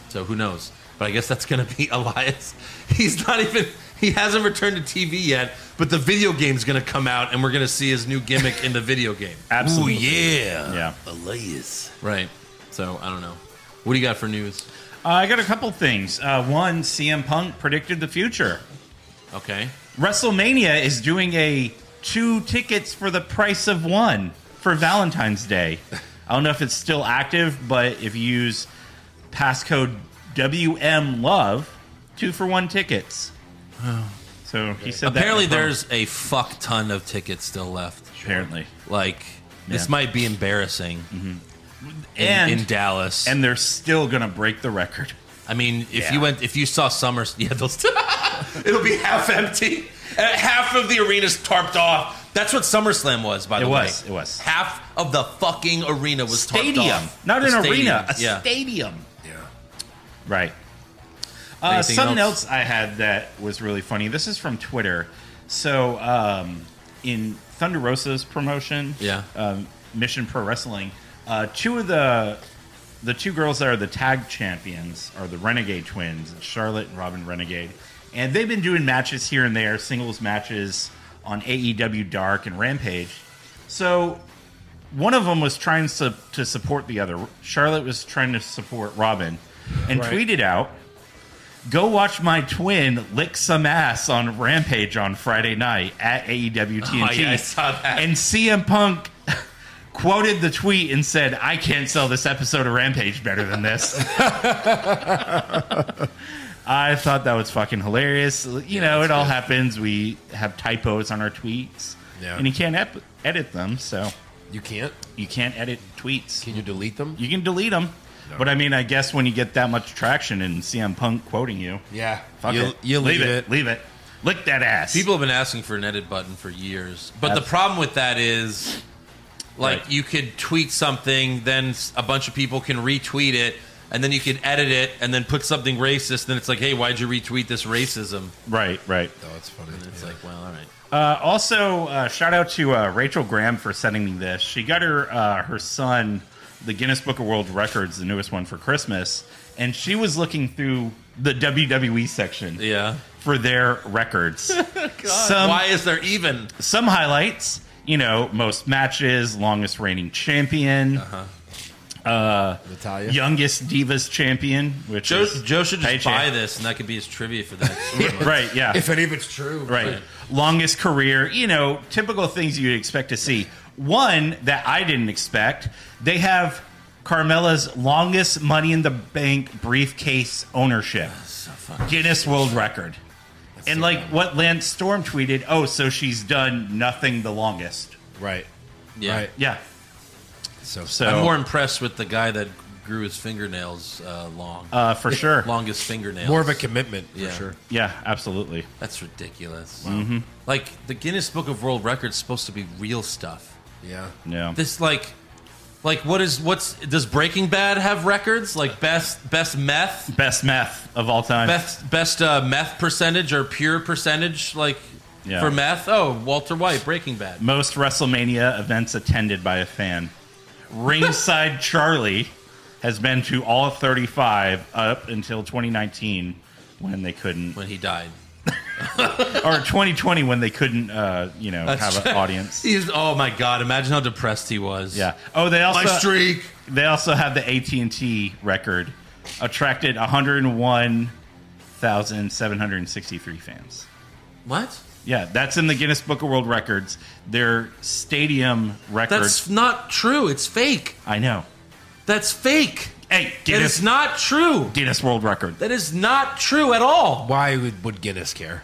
So, who knows? But I guess that's going to be Elias. He's not even. He hasn't returned to TV yet, but the video game's going to come out, and we're going to see his new gimmick in the video game. Absolutely. Ooh, yeah. Yeah. Elias. Right. So, I don't know. What do you got for news? Uh, I got a couple things. Uh, one, CM Punk predicted the future. Okay. WrestleMania is doing a two tickets for the price of one for Valentine's Day. I don't know if it's still active, but if you use passcode WM Love, two for one tickets. So he said that Oh. Apparently, in the promo. there's a fuck ton of tickets still left. apparently Like this Yeah. Mm-hmm. might be embarrassing in, and in Dallas. and they're still gonna break the record. I mean, if Yeah. you went, if you saw Summer, yeah, they'll still, it'll be half empty. Uh, Half of the arena's tarped off. That's what SummerSlam was, by the It way. was, it was. half of the fucking arena was tarped Stadium, off. not A an stadium, arena, a yeah. stadium. Yeah, right. Uh, Anything something else? else? I had that was really funny. This is from Twitter. So um, in Thunder Rosa's promotion, Yeah. um, Mission Pro Wrestling, uh, two of the the two girls that are the tag champions are the Renegade twins, Charlotte and Robin Renegade, and they've been doing matches here and there, singles matches on AEW Dark and Rampage. So one of them was trying to, to support the other. Charlotte was trying to support Robin and tweeted out, Go watch my twin lick some ass on Rampage on Friday night at E AEW TNT. Oh, yeah, I saw that. And CM Punk quoted the tweet and said, I can't sell this episode of Rampage better than this. I thought that was fucking hilarious. You know, it all happens. We have typos on our tweets, Yeah. and you can't ep- edit them, so You can't? you can't edit tweets. Can you delete them? You can delete them. But I mean, I guess when you get that much traction and CM Punk quoting you, Yeah. fuck You- it. you leave leave it. it. Leave it. Lick that ass. People have been asking for an edit button for years, but the Absolutely. problem with that is, like, Right. you could tweet something, then s- a bunch of people can retweet it, and then you can edit it, and then put something racist. Then it's like, hey, why'd you retweet this racism? Right, right. Oh, that's funny. It's like, well, all right, Uh, also, uh, shout out to uh, Rachel Graham for sending me this. She got her uh, her son the Guinness Book of World Records, the newest one for Christmas, and she was looking through the WWE section yeah. for their records. Um, Some Why is there even? some highlights, you know, most matches, longest reigning champion, Uh-huh. uh, Natalia. youngest divas champion, which Joe, is Joe should just Paige buy Ham- this, and that could be his trivia for the next one. Right, yeah. If any of it's true. Right. Longest career, you know, typical things you'd expect to see. One that I didn't expect, they have Carmella's longest money in the bank briefcase ownership. Guinness World Record. and like what Lance Storm tweeted, oh, so she's done nothing the longest. Right. Yeah. Right. Yeah. So, So I'm more impressed with the guy that grew his fingernails uh, long, uh, for sure. longest fingernails. more of a commitment for Yeah. sure. Yeah, absolutely. That's ridiculous. Mm-hmm. Like the Guinness Book of World Records is supposed to be real stuff. Yeah. Yeah. This like like what is what's does Breaking Bad have records? Like best best meth, best meth of all time. best best uh, meth percentage or pure percentage like Yeah. for meth? Oh, Walter White, Breaking Bad. Most WrestleMania events attended by a fan. Ringside Charlie has been to all 35 up until 2019 when they couldn't, When he died. or 2020 when they couldn't, uh, you know, have an audience. He's oh my god, imagine how depressed he was. Yeah. Oh, they also My streak. they also have the AT and T record, attracted 101,763 fans. What? Yeah, that's in the Guinness Book of World Records. Their stadium record. That's not true. It's fake. I know. That's fake. Hey, That Guinness is not true. Guinness World Record. That is not true at all. Why would, would Guinness care?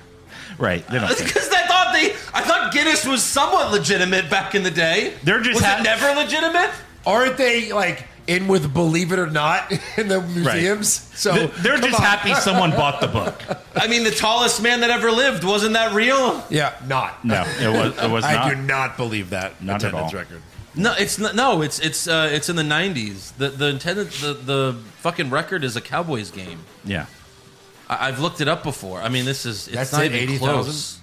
Right. They don't care. Because I thought they, I thought Guinness was somewhat legitimate back in the day. They're just was ha- it never legitimate? aren't they like in with Believe It or Not in the museums? So Th- they're come just on. happy someone bought the book. I mean, the tallest man that ever lived wasn't that real? Yeah, not. No, it was. It was I not. do not believe that Not at attendance all. record. No, it's not, no, it's it's uh, it's in the '90s. The the intended the, the fucking record is a Cowboys game. Yeah. I, I've looked it up before. I mean, this is it's That's not it, even 80,000? close.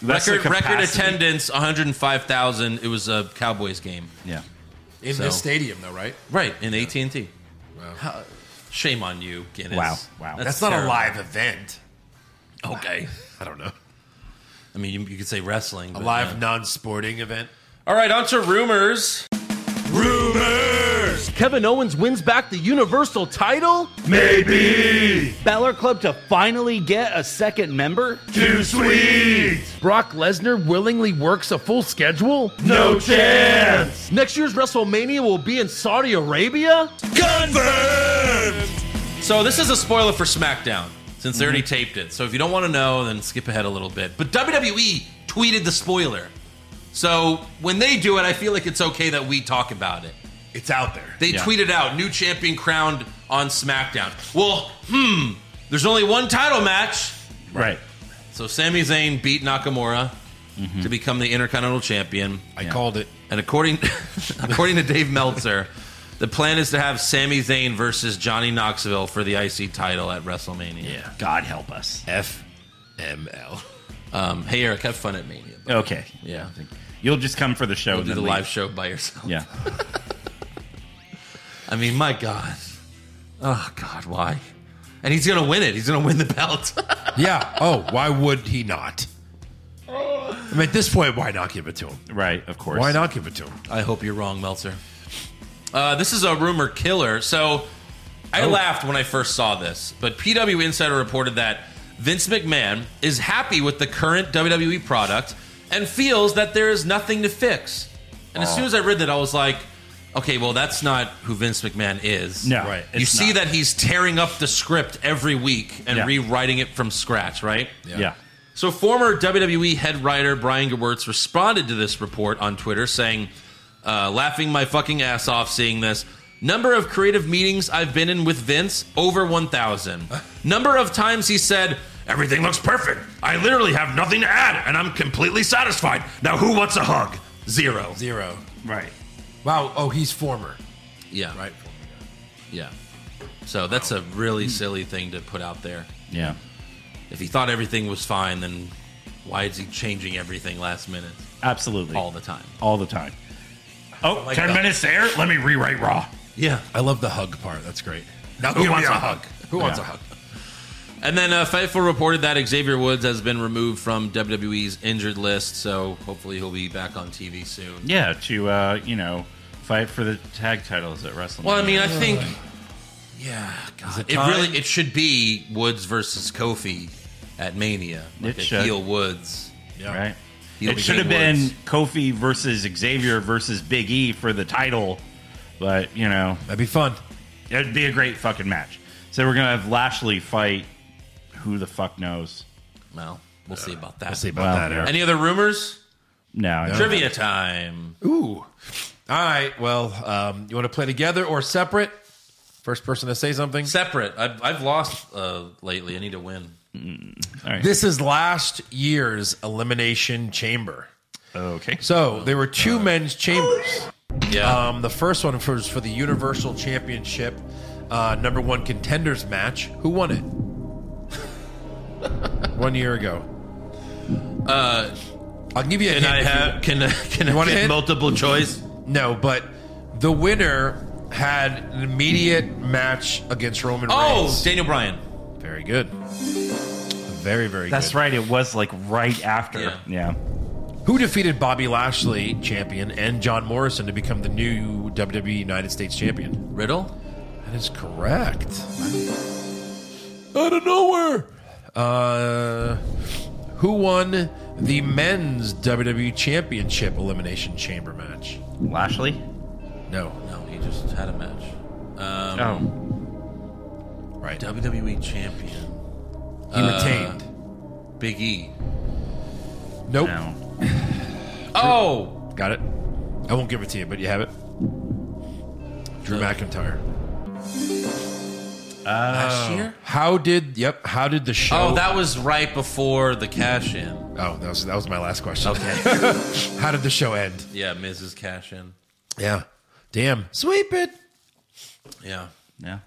That's the record record capacity. attendance 105,000. It was a Cowboys game, Yeah. In So- this stadium, though, right? right? In AT and T. Shame on you, Guinness. Wow, wow. That's, That's not terrible. a live event. Okay. I don't know. I mean, you, you could say wrestling. A but, live yeah. non-sporting event. All right, on to rumors. Kevin Owens wins back the Universal title? Maybe. Balor Club to finally get a second member? Too sweet. Brock Lesnar willingly works a full schedule? No chance. Next year's WrestleMania will be in Saudi Arabia? So this is a spoiler for SmackDown since they already Mm-hmm. taped it. So if you don't want to know, then skip ahead a little bit. But WWE tweeted the spoiler. So when they do it, I feel like it's okay that we talk about it. It's out there. They Yeah. tweeted out new champion crowned on SmackDown. Well, hmm, there's only one title match. Right. So Sami Zayn beat Nakamura Mm-hmm. to become the Intercontinental Champion. I called it. And according according to Dave Meltzer, the plan is to have Sami Zayn versus Johnny Knoxville for the IC title at WrestleMania. Yeah. God help us. FML. Um, hey Eric, have fun at Mania. Okay. Yeah. You'll just come for the show. We'll and do the then leave. live show by yourself. Yeah. I mean, my God. Oh God, why? And he's gonna win it. He's gonna win the belt. Yeah. Oh, why would he not? I mean, at this point, why not give it to him? Right. Of course. Why not give it to him? I hope you're wrong, Meltzer. Uh, this is a rumor killer. So I Oh. laughed when I first saw this, but PW Insider reported that Vince McMahon is happy with the current WWE product and feels that there is nothing to fix. And as soon as I read that, I was like, okay, well, that's not who Vince McMahon is. No, Right. You it's see not. that he's tearing up the script every week and Yeah. rewriting it from scratch, right? Yeah. So, former WWE head writer Brian Gewirtz responded to this report on Twitter, saying, uh, "Laughing my fucking ass off seeing this. Number of creative meetings I've been in with Vince over 1,000. Number of times he said." Everything looks perfect. I literally have nothing to add, and I'm completely satisfied. Now, who wants a hug? Zero. Zero. Right. Wow. Oh, he's former. Yeah, Right. Yeah. So that's a really silly thing to put out there. Yeah. If he thought everything was fine, then why is he changing everything last minute Absolutely. all the time? All the time. Oh, 10 that. minutes there. Let me rewrite Raw. Yeah. I love the hug part. That's great. Now, Who give me wants a hug? Who wants Yeah. a hug? And then uh, Fightful reported that Xavier Woods has been removed from WWE's injured list, so hopefully he'll be back on TV soon. Yeah. To, uh, you know, fight for the tag titles at WrestleMania. Well, I mean, I think, yeah, God, it, time? really it should be Woods versus Kofi at Mania, like It a should. heel Woods. right? Heel it should have became been Woods. Kofi versus Xavier versus Big E for the title, but, you know, That'd be fun. it'd be a great fucking match. So we're going to have Lashley fight who the fuck knows. Well, we'll see about that. We'll see about Well, that, Eric. Any other rumors? No. I don't Trivia time. Ooh. All right. Well, um, you want to play together or separate? First person to say something. Separate. I've, I've lost uh, lately. I need to win. This is last year's elimination chamber. know. Okay. So there were two men's chambers. Yeah. Um, the first one was for the Universal Championship uh, number one contenders match. Who won it? one year ago. Uh, I'll give you a can hint I if you- have? Can I- can You I want a get hint? multiple choice? No, but the winner had an immediate match against Roman Oh, Reigns. Daniel Bryan. very good. Very, very That's good. right. It was like right after. Yeah. Who defeated Bobby Lashley, champion, and John Morrison to become the new WWE United States champion? Riddle. That is correct. Out of nowhere. Uh, who won the men's WWE Championship Elimination Chamber match? Lashley? No, No, he just had a match. Um, Oh. right. He WWE E champion Uh, retained. Big E. Nope. No. Oh, Got it. I won't give it to you, but you have it. Drew Uh, McIntyre. Last year? How did? Yep. How did the show? Oh, that was right before the cash in. Oh, that was that was my last question. Okay. how did the show end? yeah, Mrs. Cash in. Yeah. Damn. Sweep it. Yeah. Yeah.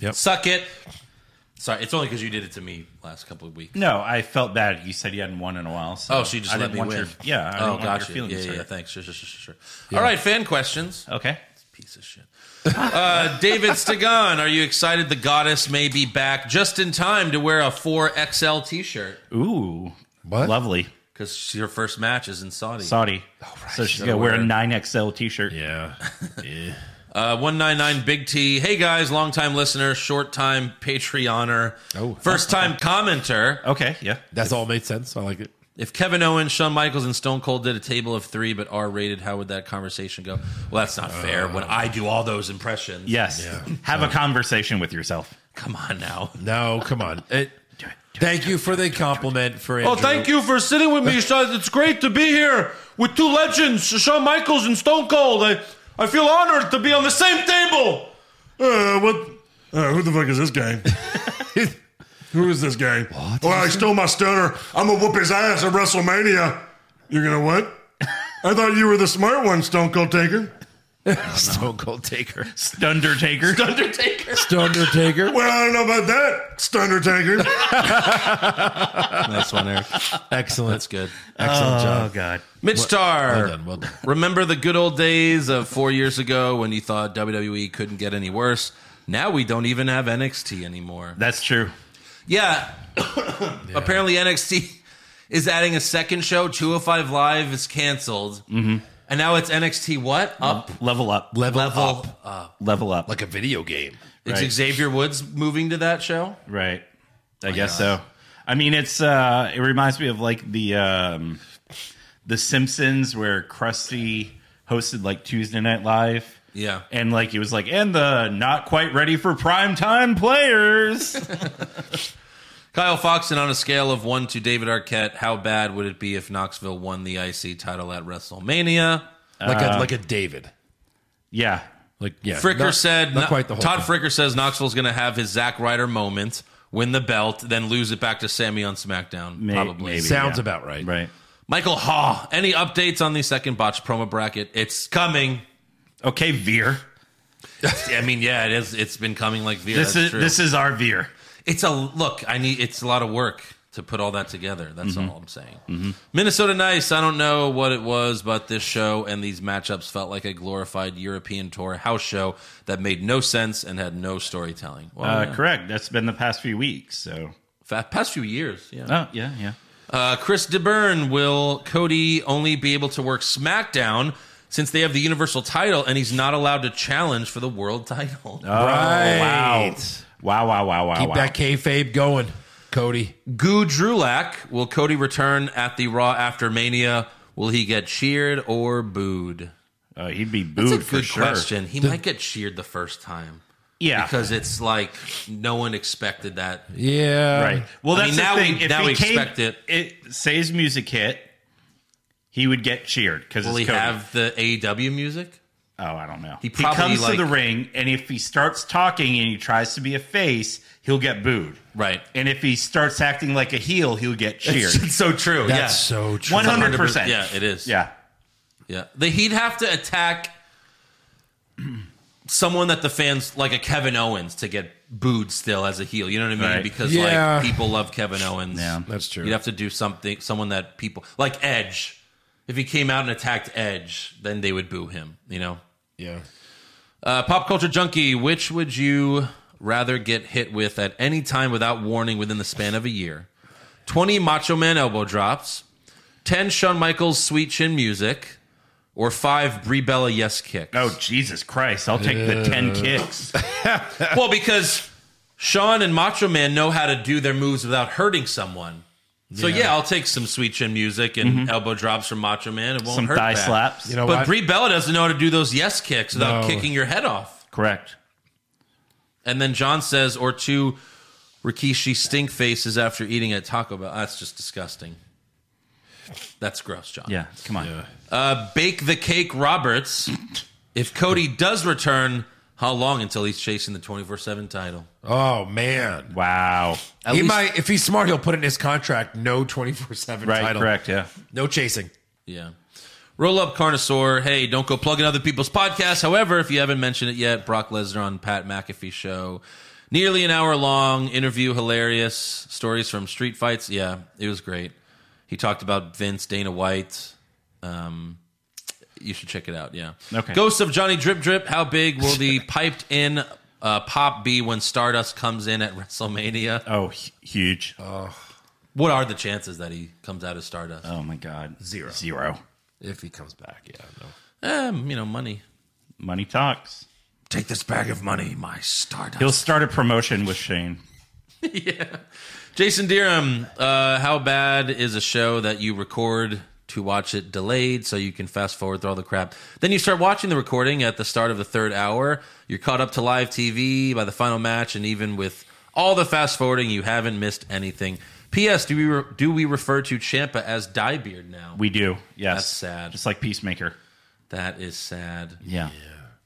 Yep. Suck it. Sorry, it's only because you did it to me last couple of weeks. No, I felt bad. You said you hadn't won in a while. So Oh, she just I let didn't me want win. Your, yeah. I oh, didn't want gotcha. Your feelings yeah, yeah, hurt. thanks. Sure, sure, sure, sure. sure. Yeah. All right, fan questions. Okay. Oh, Piece of shit. Uh, David Stegan, are you excited the goddess may be back just in time to wear a 4XL t shirt? Ooh. What? Lovely. Because your first match is in Saudi. Saudi. So she's Gotta gonna wear a wear it. nine XL T-shirt. Yeah. Uh, 199 Big T. Hey guys, long time listener, short time Patreoner, Oh. first time commenter. Okay. Yeah. That's all made sense. I like it. If Kevin Owens, Shawn Michaels, and Stone Cold did a table of three but R rated, how would that conversation go? Well, that's not fair. When I do all those impressions, Yes. Have a conversation with yourself. Come on now. No, come on. It, thank you for the compliment for Andrew. Well, thank you for sitting with me, Sean. It's great to be here with two legends, Shawn Michaels and Stone Cold. I, I feel honored to be on the same table. Uh, what? Uh, who the fuck is this guy? who is this guy? What? Oh, I stole my stunner. I'm gonna whoop his ass at WrestleMania. You're gonna what? I thought you were the smart one, Stone Cold Taker. Stone Cold Taker. Undertaker. Undertaker. Stone Taker. Well, I don't know about that, Stunner Taker. Nice one, Eric. Excellent. That's good. Excellent Oh job. God. Mitch Tarr. Well done. Well done. Remember the good old days of four years ago when you thought WWE couldn't get any worse? Now we don't even have NXT anymore. That's true. Yeah. Apparently NXT is adding a second show. 205 Live is canceled. Mm-hmm. And now it's NXT what? Up. Level up. Level, Level. up. Level up. Like a video game. It's Right. Xavier Woods moving to that show. Right. I guess so. I mean, it's uh it reminds me of like the um the Simpsons where Krusty hosted like Tuesday Night Live. Yeah. And like it was like, and the not quite ready for prime time players. Kyle Fox, and on a scale of one to David Arquette, how bad would it be if Knoxville won the IC title at WrestleMania? Like a like a David. yeah, Like yeah. Fricker not- said, not quite the whole Todd thing. Fricker says Knoxville's going to have his Zack Ryder moment, win the belt, then lose it back to Sammy on SmackDown. May- probably. maybe, Sounds yeah. about right. right. Michael Haw, any updates on the second botch promo bracket? It's coming. Okay, Veer. I mean, yeah, it is. It's been coming like Veer. this that's is true. this is our Veer. It's a look. I need. It's a lot of work to put all that together. That's Mm-hmm. all I'm saying. Minnesota Nice. I don't know what it was, but this show and these matchups felt like a glorified European tour house show that made no sense and had no storytelling. Well, Uh, yeah. Correct. That's been the past few weeks. So. Fa- past few years. Yeah. Oh yeah, yeah. Uh, Chris DeBurn will Cody only be able to work SmackDown since they have the Universal title and he's not allowed to challenge for the World title. Oh, Right. Wow. Wow. Wow. Wow. Wow. Keep wow. that kayfabe going, Cody. Goo Drulak, will Cody return at the Raw after Mania? Will he get cheered or booed? Uh, he'd be booed That's a for good sure. question. He might get cheered the first time. Yeah. Because it's like no one expected that. Yeah. Right. Well, I that's mean, the now thing. we- now we expect it. It say his music hit, he would get cheered because Will it's he Cody. have the AEW music? Oh, I don't know. He probably, comes like- to the ring, and if he starts talking and he tries to be a face, he'll get booed. Right. And if he starts acting like a heel, he'll get cheered. It's so true. That's yeah. so true. One hundred percent. Yeah, it is. Yeah. Yeah. The, he'd have to attack someone that the fans like a Kevin Owens to get booed still as a heel. You know what I mean? Right. Because Yeah. like people love Kevin Owens. Yeah. That's true. You'd have to do something someone that people like Edge. If he came out and attacked Edge, then they would boo him, you know? Yeah. Uh, pop culture junkie, which would you rather get hit with at any time without warning within the span of a year? 20 Macho Man elbow drops, 10 Shawn Michaels sweet chin music, or 5 Brie Bella yes kicks? Oh Jesus Christ! I'll take Uh, the ten kicks. Well, because Shawn and Macho Man know how to do their moves without hurting someone. So yeah, I'll take some sweet chin music and elbow drops from Macho Man. It won't Some hurt thigh bad. slaps. You know but what? Brie Bella doesn't know how to do those yes kicks without No. kicking your head off. Correct. And then John says, or two Rikishi stink faces after eating at Taco Bell. That's just disgusting. That's gross, John. Yeah. Come on. Uh, Bake the Cake Roberts If Cody does return, how long until he's chasing the 24 7 title? Oh man! Wow. At he least- might, if he's smart, he'll put in his contract no twenty four seven Right, title. correct, yeah. No chasing. Yeah. Roll up Carnosaur. Hey, don't go plugging other people's podcasts. However, if you haven't mentioned it yet, Brock Lesnar on Pat McAfee show. Nearly an hour long interview, hilarious stories from street fights. Yeah, it was great. He talked about Vince, Dana White. Um, you should check it out. Yeah. Okay. Ghost of Johnny Drip Drip. How big will the piped in uh, pop be when Stardust comes in at WrestleMania? Oh, hu- huge. What are the chances that he comes out as Stardust? Oh my God. Zero. Zero. If he comes back, yeah, no. Um, you know, money. Money talks. Take this bag of money, my Stardust. He'll start a promotion with Shane. yeah. Jason Deerham, uh, how bad is a show that you record to watch it delayed so you can fast forward through all the crap? Then you start watching the recording at the start of the third hour. You're caught up to live TV by the final match, and even with all the fast forwarding, you haven't missed anything. P.S. Do we re- do we refer to Champa as Diebeard now? We do. Yes. That's sad. Just like Peacemaker. That is sad. Yeah.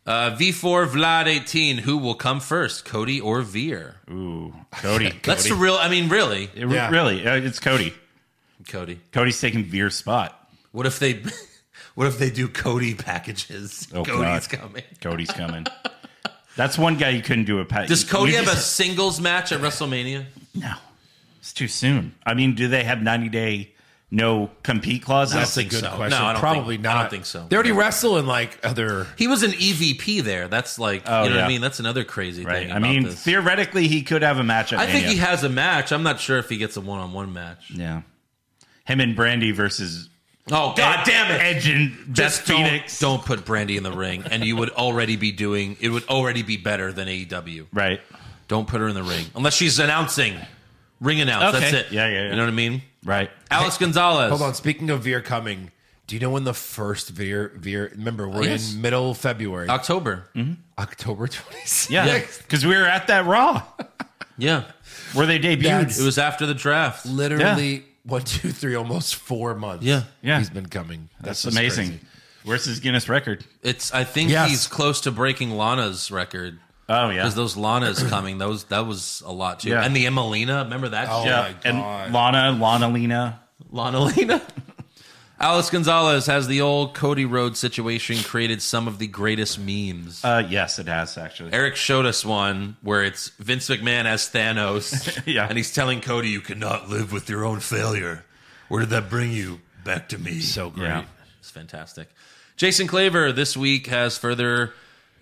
Uh, V4 Vlad 18. Who will come first, Cody or Veer? Ooh, Cody. That's the Cody. real. I mean, really, It re- Really, uh, it's Cody. Cody. Cody's taking Veer's spot. What if they what if they do Cody packages? Oh, Cody's God. coming. Cody's coming. That's one guy you couldn't do a pat. Does you- Cody you have a just- singles match at WrestleMania? No, it's too soon. I mean, do they have ninety day no compete clauses? That's a good so. question. No, I don't Probably think- I not. don't think so. They already wrestle in like other. He was an EVP there. That's like Oh, you know what yeah. I mean? That's another crazy Right. thing. I about mean, this. theoretically, he could have a match. At I think Mania. he has a match. I'm not sure if he gets a one on one match. Yeah, him and Brandy versus Oh god damn it. Edge and Best Just don't, Phoenix. don't put Brandy in the ring, and you would already be doing it. Would already be better than AEW. Right. Don't put her in the ring unless she's announcing, ring announce. Okay. That's it. Yeah, yeah, yeah. You know what I mean? Right. Alex Gonzalez. Hold on. Speaking of Veer coming, do you know when the first Veer Veer? Remember, we're Yes. in middle February, October. Mm-hmm. October twenty sixth. Yeah, because we were at that Raw Yeah. where they debuted. That's- It was after the draft. Literally one, two, three, almost four months. Yeah. Yeah. he's been coming. That's just amazing. crazy. Where's his Guinness record? It's I think Yes. he's close to breaking Lana's record. Oh yeah, Because those Lana's coming, those that was a lot too. Yeah. And the Emelina, remember that Oh, shit? yeah, my and Lana, Lana, Lena. Lana Lena. Alice Gonzalez has the old Cody Rhodes situation created some of the greatest memes. Uh, yes, it has actually. Eric showed us one where it's Vince McMahon as Thanos. Yeah. And he's telling Cody, you cannot live with your own failure. Where did that bring you? Back to me. So great. Yeah. It's fantastic. Jason Claver this week has further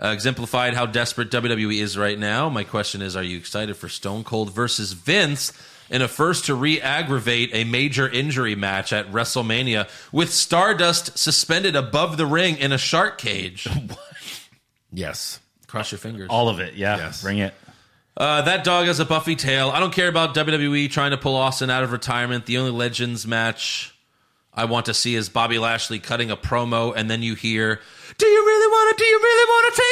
uh, exemplified how desperate WWE is right now. My question is Are you excited for Stone Cold versus Vince in a first to re aggravate a major injury match at WrestleMania with Stardust suspended above the ring in a shark cage? Yes. Cross your fingers. All of it. Yeah, Yes. bring it. Uh, that dog has a buffy tail. I don't care about WWE trying to pull Austin out of retirement. The only Legends match I want to see is Bobby Lashley cutting a promo, and then you hear, "Do you really want to? Do you really want to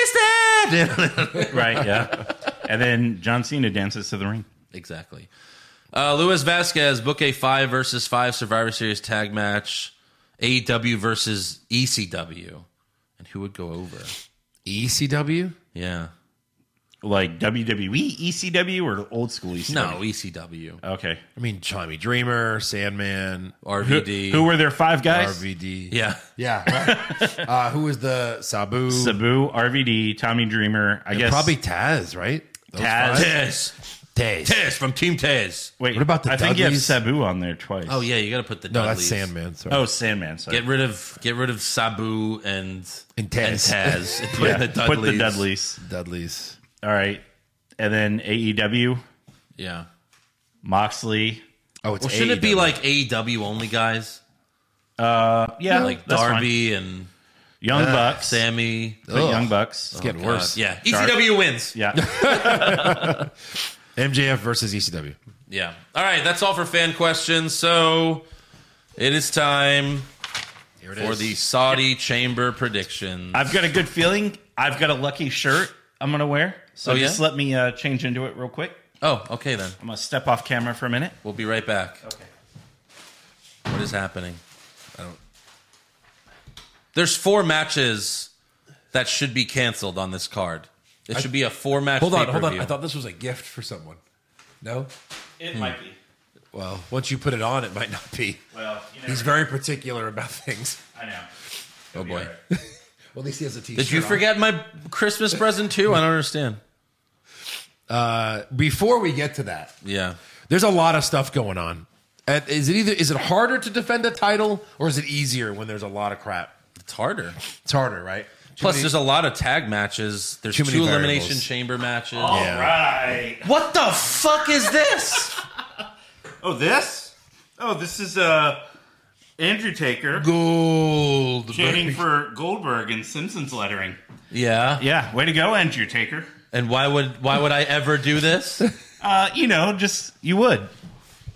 taste it?" Right. Yeah. and then John Cena dances to the ring. exactly. Uh, Luis Vasquez book a five versus five Survivor Series tag match, AEW versus ECW, and who would go over? E ECW. Yeah, Like E, WWE, ECW, or old school ECW. no E ECW, Okay. I mean, Chimey Dreamer, Sandman, RVD, Who were their five guys? RVD. yeah, Yeah. Right. uh, who was the Sabu? Sabu, RVD, Tommy Dreamer. I guess Probably Taz, right? Those Taz. five? Tez, Taz. Tez from Team Tez. Wait, What about the I think you have Dudleys? Sabu on there twice. Oh yeah, you got to put the No, that's Dudleys. Sandman. Sorry. Oh, Sandman. Sorry. Get rid of get rid of Sabu and And Taz. and Taz. And put, Yeah, in the put the Dudleys. Dudleys. Dudley's. All right. And then AEW, Yeah. Moxley. Oh, it's Well, E shouldn't it be AEW. like AEW only guys Yeah, like that's fine. Darby Uh, and Young Bucks, Sammy? The Young Bucks. It's getting Oh, God, worse? yeah, ECW wins. Yeah, MJF versus E ECW. Yeah. All right, that's all for fan questions. So it is time Here it for the Saudi Chamber predictions. I've got a good feeling. I've got a lucky shirt I'm gonna wear. So Oh, yeah? just let me uh, change into it real quick. oh, okay then. I'm gonna step off camera for a minute. We'll be right back. Okay. What is happening? I don't. There's four matches that should be canceled on this card. It I- should be a four match. Hold on, hold on. I thought this was a gift for someone. No? It might be. Well, once you put it on, it might not be. Well, you never he's very particular about things. I know. Oh boy! Well, at least he has a T-shirt. Did you on. forget my Christmas present too? I don't understand. Uh, before we get to that, Yeah. there's a lot of stuff going on. Uh, Is it either is it harder to defend a title or is it easier when there's a lot of crap? It's harder. It's harder, right? Too Plus, many- there's a lot of tag matches. There's Too two many variables. Oh. elimination chamber matches. All Yeah. right. What the fuck is this? oh, this? Oh, this is uh, Andrew Taker. Goldberg. Chanting for Goldberg in Simpsons lettering. Yeah. Yeah. Way to go, Andrew Taker. And why would why would I ever do this? Uh, you know, just you would.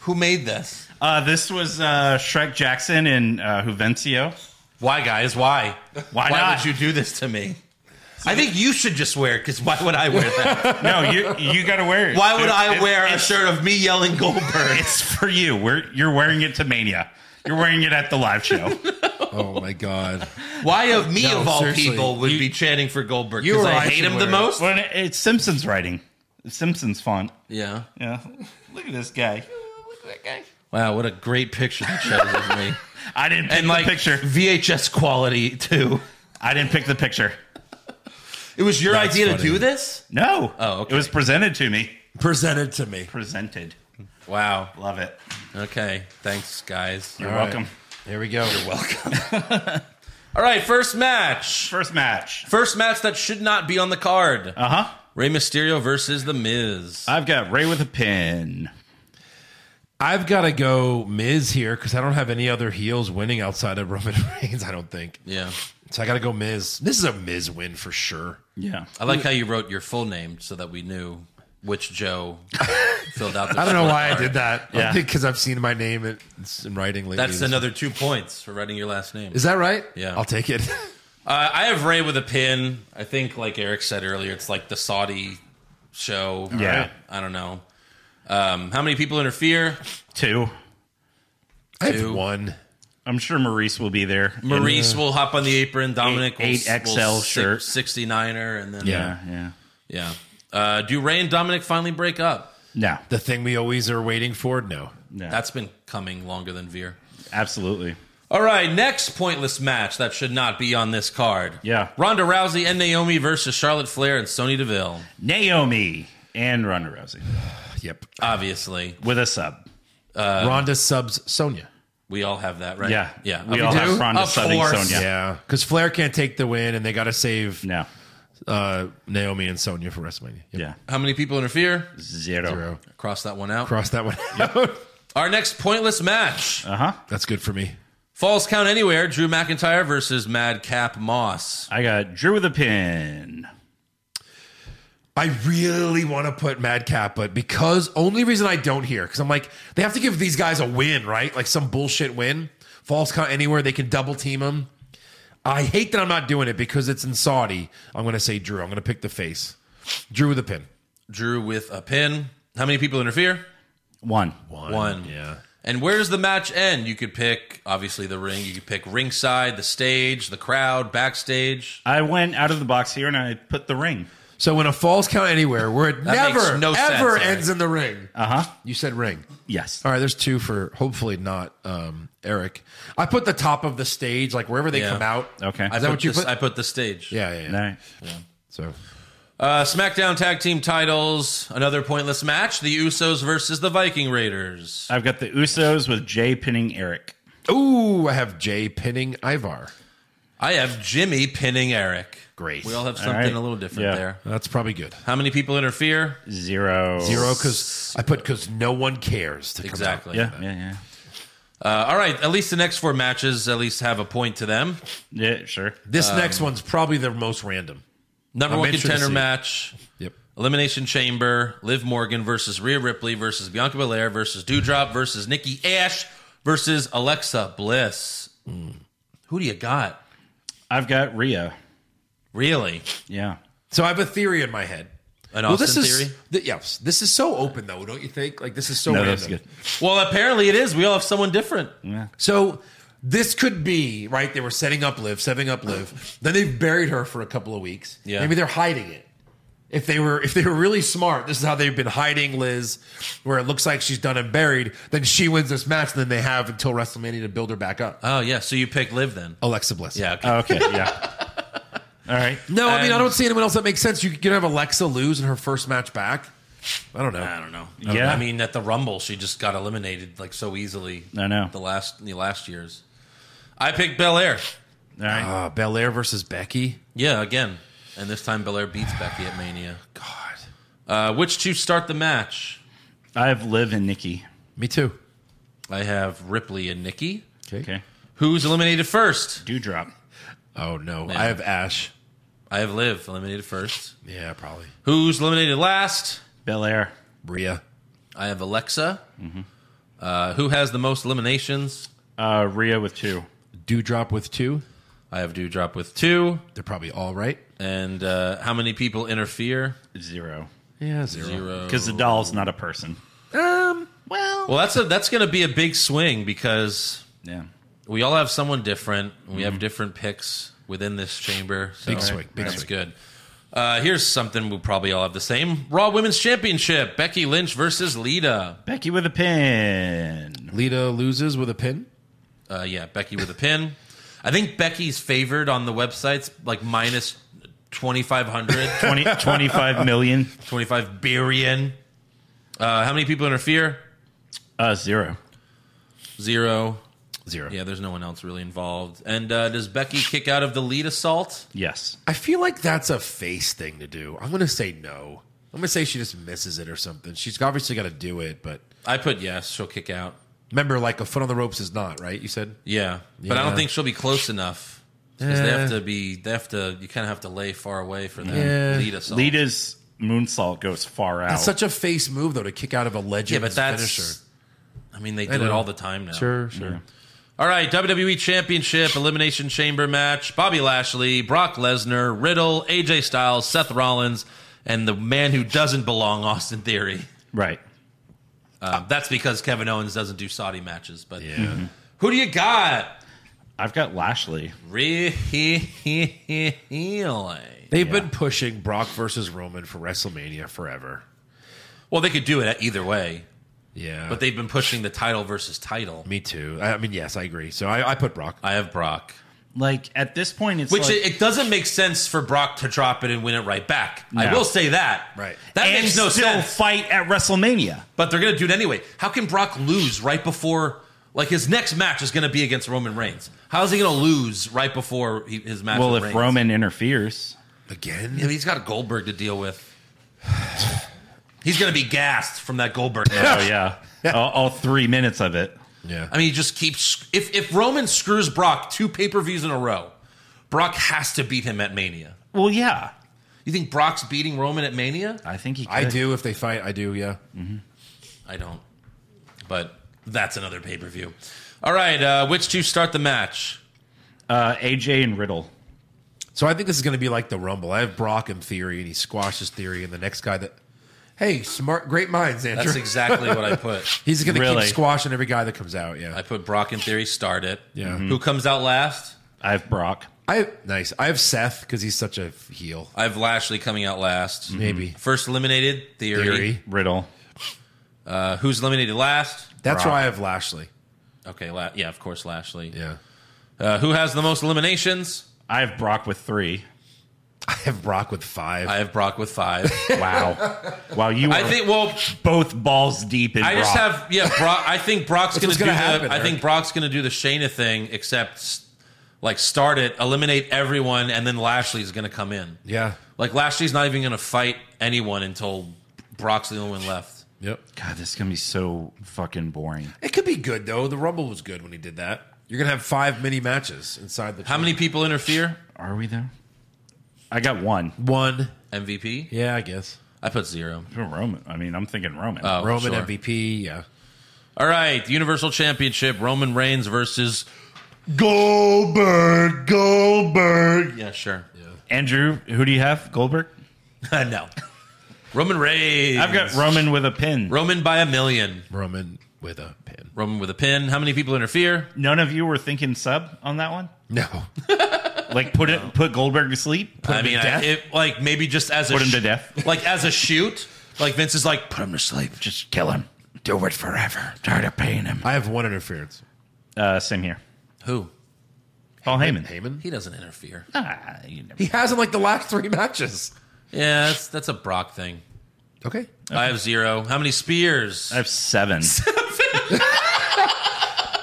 Who made this? Uh, this was uh, Shrek Jackson and uh, Juvencio. Why, guys? Why? Why Why, not? would you do this to me? I think you should just wear it because why would I wear that? no, you you gotta wear it. Why would I It- wear a it's- shirt of me yelling Goldberg? It's for you. We're, you're wearing it to Mania. You're wearing it at the live show. Oh my god. Why of me No, of all seriously. people would be chanting for Goldberg because I hate him the most? Well, it- it's Simpsons writing. It's Simpsons font. Yeah. Yeah. Look at this guy. Wow, what a great picture that shows of me. I didn't pick and the like picture. VHS quality too. I didn't pick the picture. It was your That's idea to funny. do this? No. Oh, okay. It was presented to me. Presented to me. Presented. Wow. Love it. Okay. Thanks, guys. You're All right. welcome. Here we go. You're welcome. All right, first match. First match. First match that should not be on the card. Uh Uh-huh. huh. Rey Mysterio versus The Miz. I've got Ray with a pin. I've got to go Miz here because I don't have any other heels winning outside of Roman Reigns. I don't think. Yeah. So I got to go Miz. This is a Miz win for sure. Yeah. I like how you wrote your full name so that we knew which Joe filled out the I don't know scorecard. why I did that. Yeah. I think because I've seen my name in, it's in writing lately. That's another two points for writing your last name. Is that right? Yeah. I'll take it. Uh, I have Ray with a pin. I think, like Eric said earlier, it's like the Saudi show. Yeah. I don't know. Um, how many people interfere? Two. I have Two. one. I'm sure Maurice will be there. Mm. Maurice will hop on the apron. Dominic Eight- will, eight XL shirt. sixty nine er, and then Yeah. Yeah. yeah. Uh, do Ray and Dominic finally break up? No. The thing we always are waiting for. No. No. That's been coming longer than Veer. absolutely. All right, next pointless match that should not be on this card. Yeah. Ronda Rousey and Naomi versus Charlotte Flair and Sonya Deville. Naomi and Ronda Rousey Yep. Obviously, with a sub. Uh, Ronda subs Sonya. we all have that, right? Yeah. yeah. We Of all do? have Ronda Of subbing course. Sonya. Yeah. Because Flair can't take the win, and they got to save No. uh, Naomi and Sonya for WrestleMania. Yep. Yeah. How many people interfere? Zero. Zero. Cross that one out. Cross that one. Our next pointless match. Uh huh. That's good for me. Falls Count Anywhere, Drew McIntyre versus Madcap Moss. I got Drew with a pin. I really want to put Madcap, but because only reason I don't here, because I'm like, they have to give these guys a win, right? Like some bullshit win. False count anywhere. They can double team them. I hate that I'm not doing it because it's in Saudi. I'm going to say Drew. I'm going to pick the face. Drew with a pin. Drew with a pin. How many people interfere? One. One. Yeah. And where does the match end? You could pick, obviously, the ring. You could pick ringside, the stage, the crowd, backstage. I went out of the box here and I put the ring. So when a false count anywhere, where it That makes never, no sense, ever Eric. ends in the ring. Uh huh. You said ring. Yes. All right, there's two for hopefully not um, Eric. I put the top of the stage, like wherever they Yeah. come out. Okay. Is that what you this- put? I put the stage. yeah, yeah, All yeah. right. So Uh, SmackDown Tag Team titles. Another pointless match. The Usos versus the Viking Raiders. I've got the Usos with Jay pinning Eric. Ooh, I have Jay pinning Ivar. I have Jimmy pinning Eric. Great. We all have All something right. a little different Yeah. there. That's probably good. How many people interfere? Zero. Zero, because I put because no one cares to come Exactly. Yeah. Yeah. Uh, all right. At least the next four matches at least have a point to them. Yeah. Yeah. Sure. out. This next one's probably the most random. Number I'm one interested to contender see it. match. Yep. Elimination Chamber, Liv Morgan versus Rhea Ripley versus Bianca Belair versus Dewdrop versus Nikki Ash versus Alexa Bliss. Hmm. Who do you got? I've got Rhea. Really? Yeah. So I have a theory in my head. An Well, Austin this theory? is th- yes. This is so open though, don't you think? Like this is so No, random. that's good. Well, apparently it is. We all have someone different. So This could be right. They were setting up Liv, setting up Liv. then they've buried her for a couple of weeks. Yeah. Maybe they're hiding it. If they were if they were really smart, this is how they've been hiding Liz, where it looks like she's done and buried. Then she wins this match, and then they have until WrestleMania to build her back up. Oh yeah, so you pick Liv then. Oh. Alexa Bliss. Yeah. Okay. yeah. All right. No, I mean And- I don't see anyone else that makes sense. You you can have Alexa lose in her first match back. I don't know. I don't know. Yeah. I mean, at the Rumble, she just got eliminated like so easily. I know. The last the last years, I picked Bel Air. All right. Uh, Belair versus Becky. Yeah, again, and this time Bel Air beats Becky at Mania. God. Uh, which two start the match? I have Liv and Nikki. Me too. I have Ripley and Nikki. Okay. Who's eliminated first? Dewdrop. Oh no, Yeah. I have Ash. I have Liv eliminated first. Yeah, probably Who's eliminated last? Bel Air. Rhea. I have Alexa. Mm-hmm. Uh, who has the most eliminations? Uh, Rhea with two. Dewdrop with two. I have Dewdrop with two. They're probably all right. And uh, how many people interfere? Zero. Yeah, zero. Zero. Because the doll's not a person. Um, Well, that's a, that's going to be a big swing because Yeah. we all have someone different. We have different picks within this chamber. So Mm-hmm. Big swing, big that's swing. good. Uh, here's something we probably all have the same: Raw Women's Championship, Becky Lynch versus Lita. Becky with a pin. Lita loses with a pin. Uh, yeah, Becky with a pin. I think Becky's favored on the websites, like minus 2,500, 20, 25 million. 25 billion. Uh, how many people interfere? Uh, zero. Zero. Zero. Yeah, there's no one else really involved. And uh, does Becky kick out of the lead assault? Yes. I feel like that's a face thing to do. I'm gonna say no. I'm gonna say she just misses it or something. She's obviously got to do it, but I put yes, she'll kick out. remember, like a foot on the ropes is not right. You said Yeah, but I don't Yeah. think she'll be close enough. 'Cause they Yeah. have to be, they have to, you kind of have to lay far away for that Yeah. lead assault. Lita's moonsault goes far out. that's such a face move though to kick out of a legend. yeah, but that's, finisher. I mean, they I do it know. all the time now. sure. All right, WWE Championship Elimination Chamber match: Bobby Lashley, Brock Lesnar, Riddle, AJ Styles, Seth Rollins, and the man who doesn't belong, Austin Theory. right. Uh, that's because Kevin Owens doesn't do Saudi matches. But Mm-hmm. who do you got? I've got Lashley. Really? They've been pushing Brock versus Roman for WrestleMania forever. Well, they could do it either way, Yeah, but they've been pushing the title versus title. Me too. I I mean, yes, I agree. So I, I put Brock. I have Brock. Like at this point, it's Which like, it, it doesn't make sense for Brock to drop it and win it right back. I No. will say that. Right. That and makes no still sense. fight at WrestleMania. But they're going to do it anyway. How can Brock lose right before, like, his next match is going to be against Roman Reigns? How is he going to lose right before he, his match Well, with if Reigns? Roman interferes, Again? Yeah, but he's got Goldberg to deal with. He's going to be gassed from that Goldberg match. oh yeah, all, all three minutes of it. Yeah. I mean, he just keeps. If, if Roman screws Brock two pay per views in a row, Brock has to beat him at Mania. Well, yeah, You think Brock's beating Roman at Mania? I think he. Could. I do if they fight. I do, yeah. I don't. But that's another pay per view. All right, uh, which two start the match? Uh, AJ and Riddle. So I think this is going to be like the Rumble. I have Brock in theory, and he squashes theory, and the next guy that. Hey, smart, great minds, Andrew. That's exactly what I put. He's going to Really? keep squashing every guy that comes out, yeah. I put Brock in theory start it. Yeah. Who comes out last? I have Brock. I, Nice. I have Seth because he's such a heel. I have Lashley coming out last. Maybe. First eliminated theory. Theory. Riddle. Uh, who's eliminated last? That's Brock. why I have Lashley. Okay, la- yeah, of course Lashley. Yeah. Uh, who has the most eliminations? I have Brock with three. I have Brock with five. I have Brock with five. Wow. wow, you are I think. Well, both balls deep in I just Brock. have yeah. Brock. I think Brock's That's gonna what's do gonna the. happen, I think Eric. Brock's gonna do the Shayna thing, except like start it, eliminate everyone, and then Lashley's gonna come in. yeah. Like Lashley's not even gonna fight anyone until Brock's the only one left. Yep. God, this is gonna be so fucking boring. It could be good, though. The Rumble was good when he did that. You're going to have five mini matches inside the How many people interfere? Are we there? I got one. One. MVP. Yeah, I guess. I put zero. Roman. I mean, I'm thinking Roman. Oh, Roman sure. MVP. Yeah. All right, Universal Championship: Roman Reigns versus. Goldberg, Goldberg. Yeah, sure. Andrew, who do you have? Goldberg. Uh, no. Roman Reigns. I've got Roman with a pin. Roman by a million. Roman with a pin. Roman with a pin. How many people interfere? None of you were thinking sub on that one. No. like put it put Goldberg to sleep. I mean, I, it, like maybe just as a Put him to sh- death. like as a shoot. Like Vince is like, put him to sleep. Just kill him. do it forever. Tired of paying him. I have one interference. Uh, same here. Who? Paul Heyman. Heyman. He doesn't interfere. Ah, you never. He hasn't like the last three matches. Yeah, that's that's a Brock thing. Okay. I have zero. How many spears? I have seven.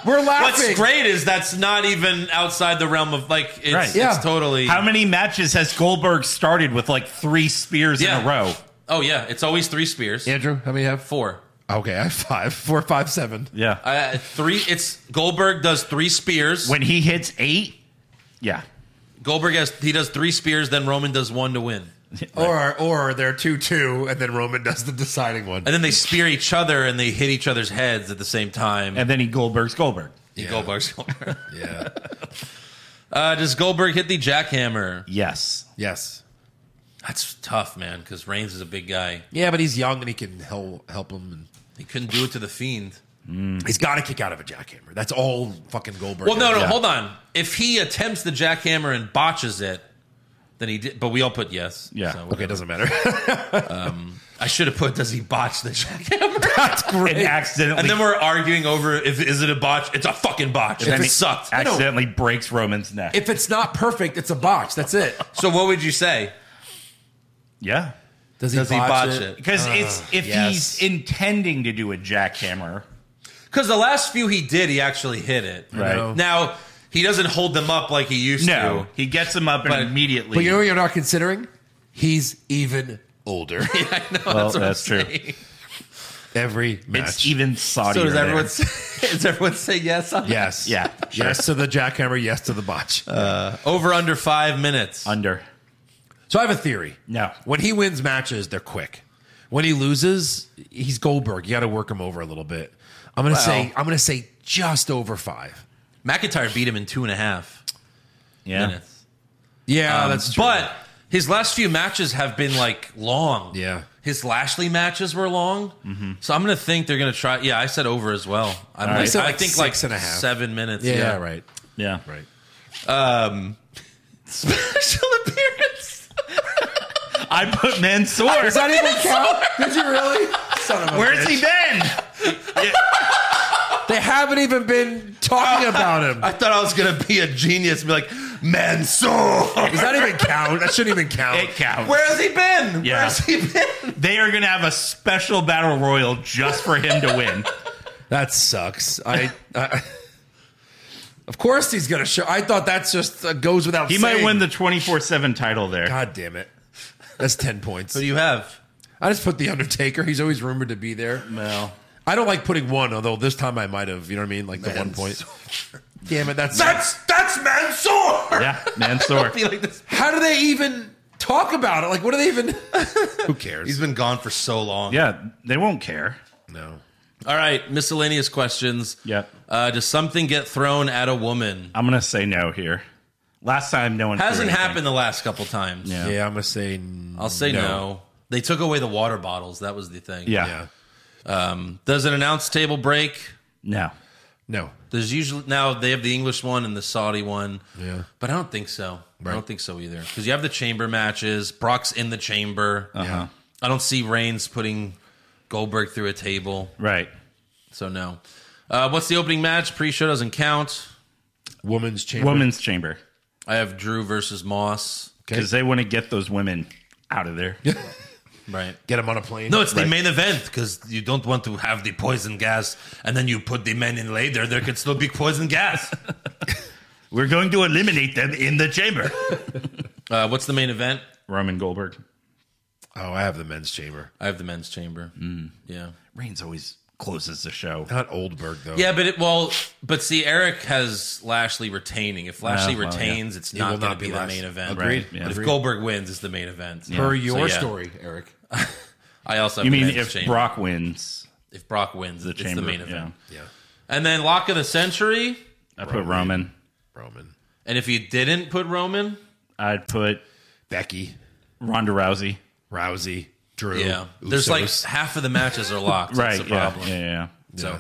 We're What's laughing. great is that's not even outside the realm of like it's, Right. it's Yeah. totally How many matches has Goldberg started with like three spears in Yeah. a row? Oh yeah, it's always three spears. Andrew, how many you have? Four. Okay, I have five. Four, five, seven. Yeah. Uh, three. It's Goldberg does three spears. when he hits eight, yeah. Goldberg has he does three spears, then Roman does one to win, Or or they're two two, and then Roman does the deciding one. and then they spear each other and they hit each other's heads at the same time. And then he Goldberg's Goldberg. He Goldberg's Goldberg. Yeah. uh, does Goldberg hit the jackhammer? Yes. yes. That's tough, man, because Reigns is a big guy. Yeah, but he's young and he can help help him. He couldn't do it to the Fiend. And he's got to kick out of a jackhammer. That's all fucking Goldberg. Well, no, no, does. hold on. If he attempts the jackhammer and botches it, then he did. But we all put yes. Yeah. So Oh, Okay, whatever. it doesn't matter. I should have put does he botch the jackhammer? That's great. And accidentally, and then we're arguing over if is it a botch? It's a fucking botch. then it he sucked. Accidentally breaks Roman's neck. if it's not perfect, it's a botch. That's it. So what would you say? yeah. Does he, Does he botch it? Because Uh, it's if yes. he's intending to do a jackhammer, Because the last few he did, he actually hit it. right? know. Now he doesn't hold them up like he used No, to. he gets him up But- and immediately. But you know what you're not considering? He's even older. well, That's what I'm true. saying. Every match. It's even Saudi. So does everyone? Say, does everyone say yes? On that? yes. Uh, Yeah, sure. Yes to the jackhammer. Yes to the botch. Over under five minutes. under? so I have a theory. No. When he wins matches, they're quick. When he loses, he's Goldberg. You got to work him over a little bit. I'm gonna say. I'm gonna say just over five. McIntyre beat him in two and a half Yeah, minutes. Yeah, Um, that's true. But his last few matches have been like long. Yeah. Mm-hmm. His Lashley matches were long. So I'm going to think they're going to try. Yeah, I said over as well. I'm right. like- I said, I like, think six like and a half. seven minutes. yeah, Um, right, yeah. right. Special appearance. I put Mansoor. Does that even count? Did you really? Son of a Where's he been? They haven't even been talking about him. I thought I was going to be a genius and be like, Mansoor. Does that even count? That shouldn't even count. It counts. Where has he been? Yeah. Where has he been? They are going to have a special battle royal just for him to win. That sucks. I. I of course he's gonna show. I thought that's just uh, goes without. He saying. might win the twenty four seven title there. God damn it. That's ten points. What do you have? I just put the Undertaker. He's always rumored to be there. Well, I don't like putting one, although this time I might have. You know what I mean? Like the one point. Damn it! That's that's Mansoor. yeah, Mansoor. Be like this. how do they even talk about it? Like, what do they even? Who cares? He's been gone for so long. Yeah, they won't care. no. All right, miscellaneous questions. Yep. Uh, does something get thrown at a woman? I'm going to say no here. Last time, no one threw Hasn't anything. happened the last couple times. Yeah. Yeah. I'm gonna say. n- I'll say no. They took away the water bottles. That was the thing. Yeah. Yeah. Um, does an announce table break? No. No. There's usually now they have the English one and the Saudi one. Yeah. But I don't think so. I Right. don't think so either. Because you have the chamber matches. Brock's in the chamber. Yeah. I don't see Reigns putting Goldberg through a table. Right. So no. Uh, what's the opening match? Pre-show doesn't count. Woman's chamber. Women's chamber. I have Drew versus Moss. Okay. Because they want to get those women out of there. Right. Get him on a plane. No, it's the main event because you don't want to have the poison gas, and then you put the men in later. There could still be poison gas. We're going to eliminate them in the chamber. uh, what's the main event? Roman Goldberg. Oh, I have the men's chamber. I have the men's chamber. Yeah, Reigns always closes the show. Not Oldberg though. yeah, but it, well, but see, Eric has Lashley retaining. If Lashley Uh, well, retains, it's will not going not to be, be the Lash- main event. Agreed. Right, yeah. But if Agreed. Goldberg wins, it's the main event. Per So, your yeah. story, Eric. I also have You the mean men's if chamber. Brock wins if Brock wins, the it's chamber? the main event. Yeah. And then lock of the century. Yeah. I put Roman. Roman. And if you didn't put Roman, I'd put Becky. Ronda Rousey. Rousey. Drew. yeah, there's like Usos. half of the matches are locked. That's Right. the Yeah, problem. yeah. Yeah. So,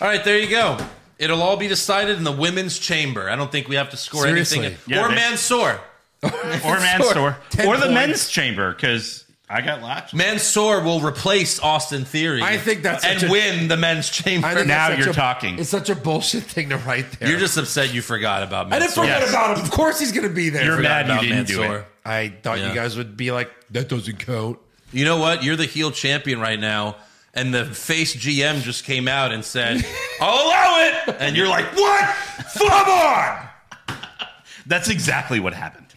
All right, there you go. It'll all be decided in the women's chamber. I don't think we have to score Seriously. anything. Yeah, or they- Mansoor. or Mansoor, Ten or the points. men's chamber because I got latched. Mansoor will replace Austin Theory. I think that's and such a- win the men's chamber. I think that's Now such you're a- talking. It's such a bullshit thing to write there. You're just upset you forgot about I didn't Mansoor. forget about him. Of course he's going to be there. You're Forgot mad you about didn't do Mansoor. it. I thought Yeah. you guys would be like, that doesn't count. You know what? You're the heel champion right now, and the face GM just came out and said, "I'll allow it," and you're like, "What? Come on!" That's exactly what happened.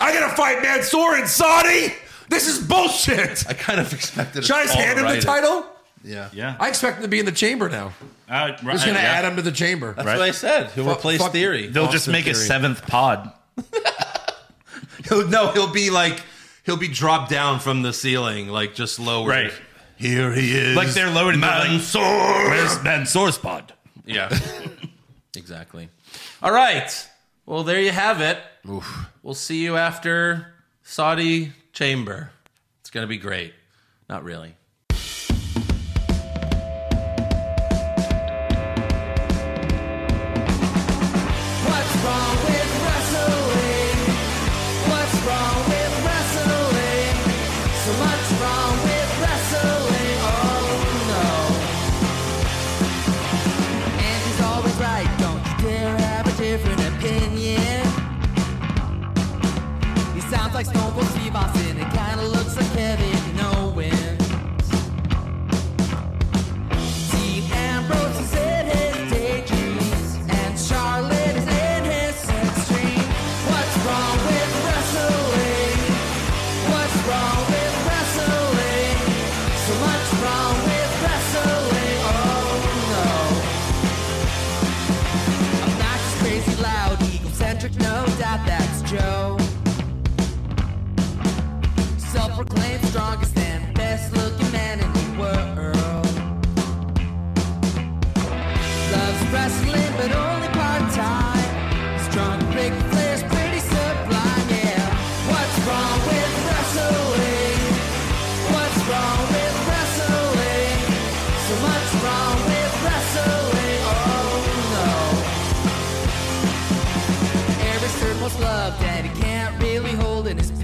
I gotta fight Mansoor and Saudi. This is bullshit. I kind of expected. Should I us just all hand to him the write it. title? Yeah, yeah. I expect him to be in the chamber now. Uh, I'm just gonna add him to the chamber. That's what I said. He'll Fuck- replace fuck- Theory. They'll just make a seventh pod. He'll- no, he'll be like he'll be dropped down from the ceiling, like just lowered. Right. Here he is. Like they're lowered and they're like, Mansoor. "Where's Mansoor's pod? Yeah. exactly. All right. Well, there you have it. We'll see you after Saudi Chamber. It's going to be great. Not really. What's wrong with wrestling? What's wrong with wrestling? So much wrong with wrestling. Oh no. And he's always right. Don't you dare have a different opinion. He sounds like Stone Cold Steve Austin. It kinda looks like Kevin Owens. Dean Ambrose is in his daydreams, and Charlotte is in his sex dream. What's wrong with wrestling? What's wrong with wrestling? So much wrong with wrestling. Oh no. Obnoxious, crazy, loud, egocentric, no doubt that's Joe. Self-proclaimed strongest and best-looking man in the world. Loves wrestling, but only part time. Strong big players, pretty sublime, yeah. What's wrong with wrestling? What's wrong with wrestling? So much wrong with wrestling, oh no. Every circle's love that he can't really hold in his piss.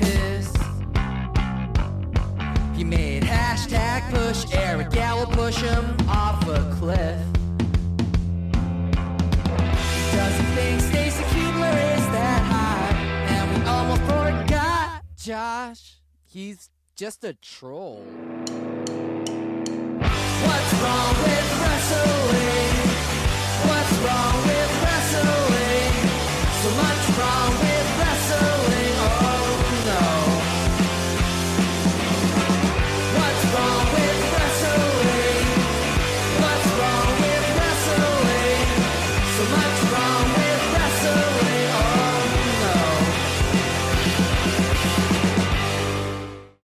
He made hashtag push Eric Gallo push him off a cliff. Doesn't think Stacy Kubler is that hot, and we almost forgot Josh. He's just a troll. What's wrong with wrestling? What's wrong with Oh, wrestling? So much wrong with Oh,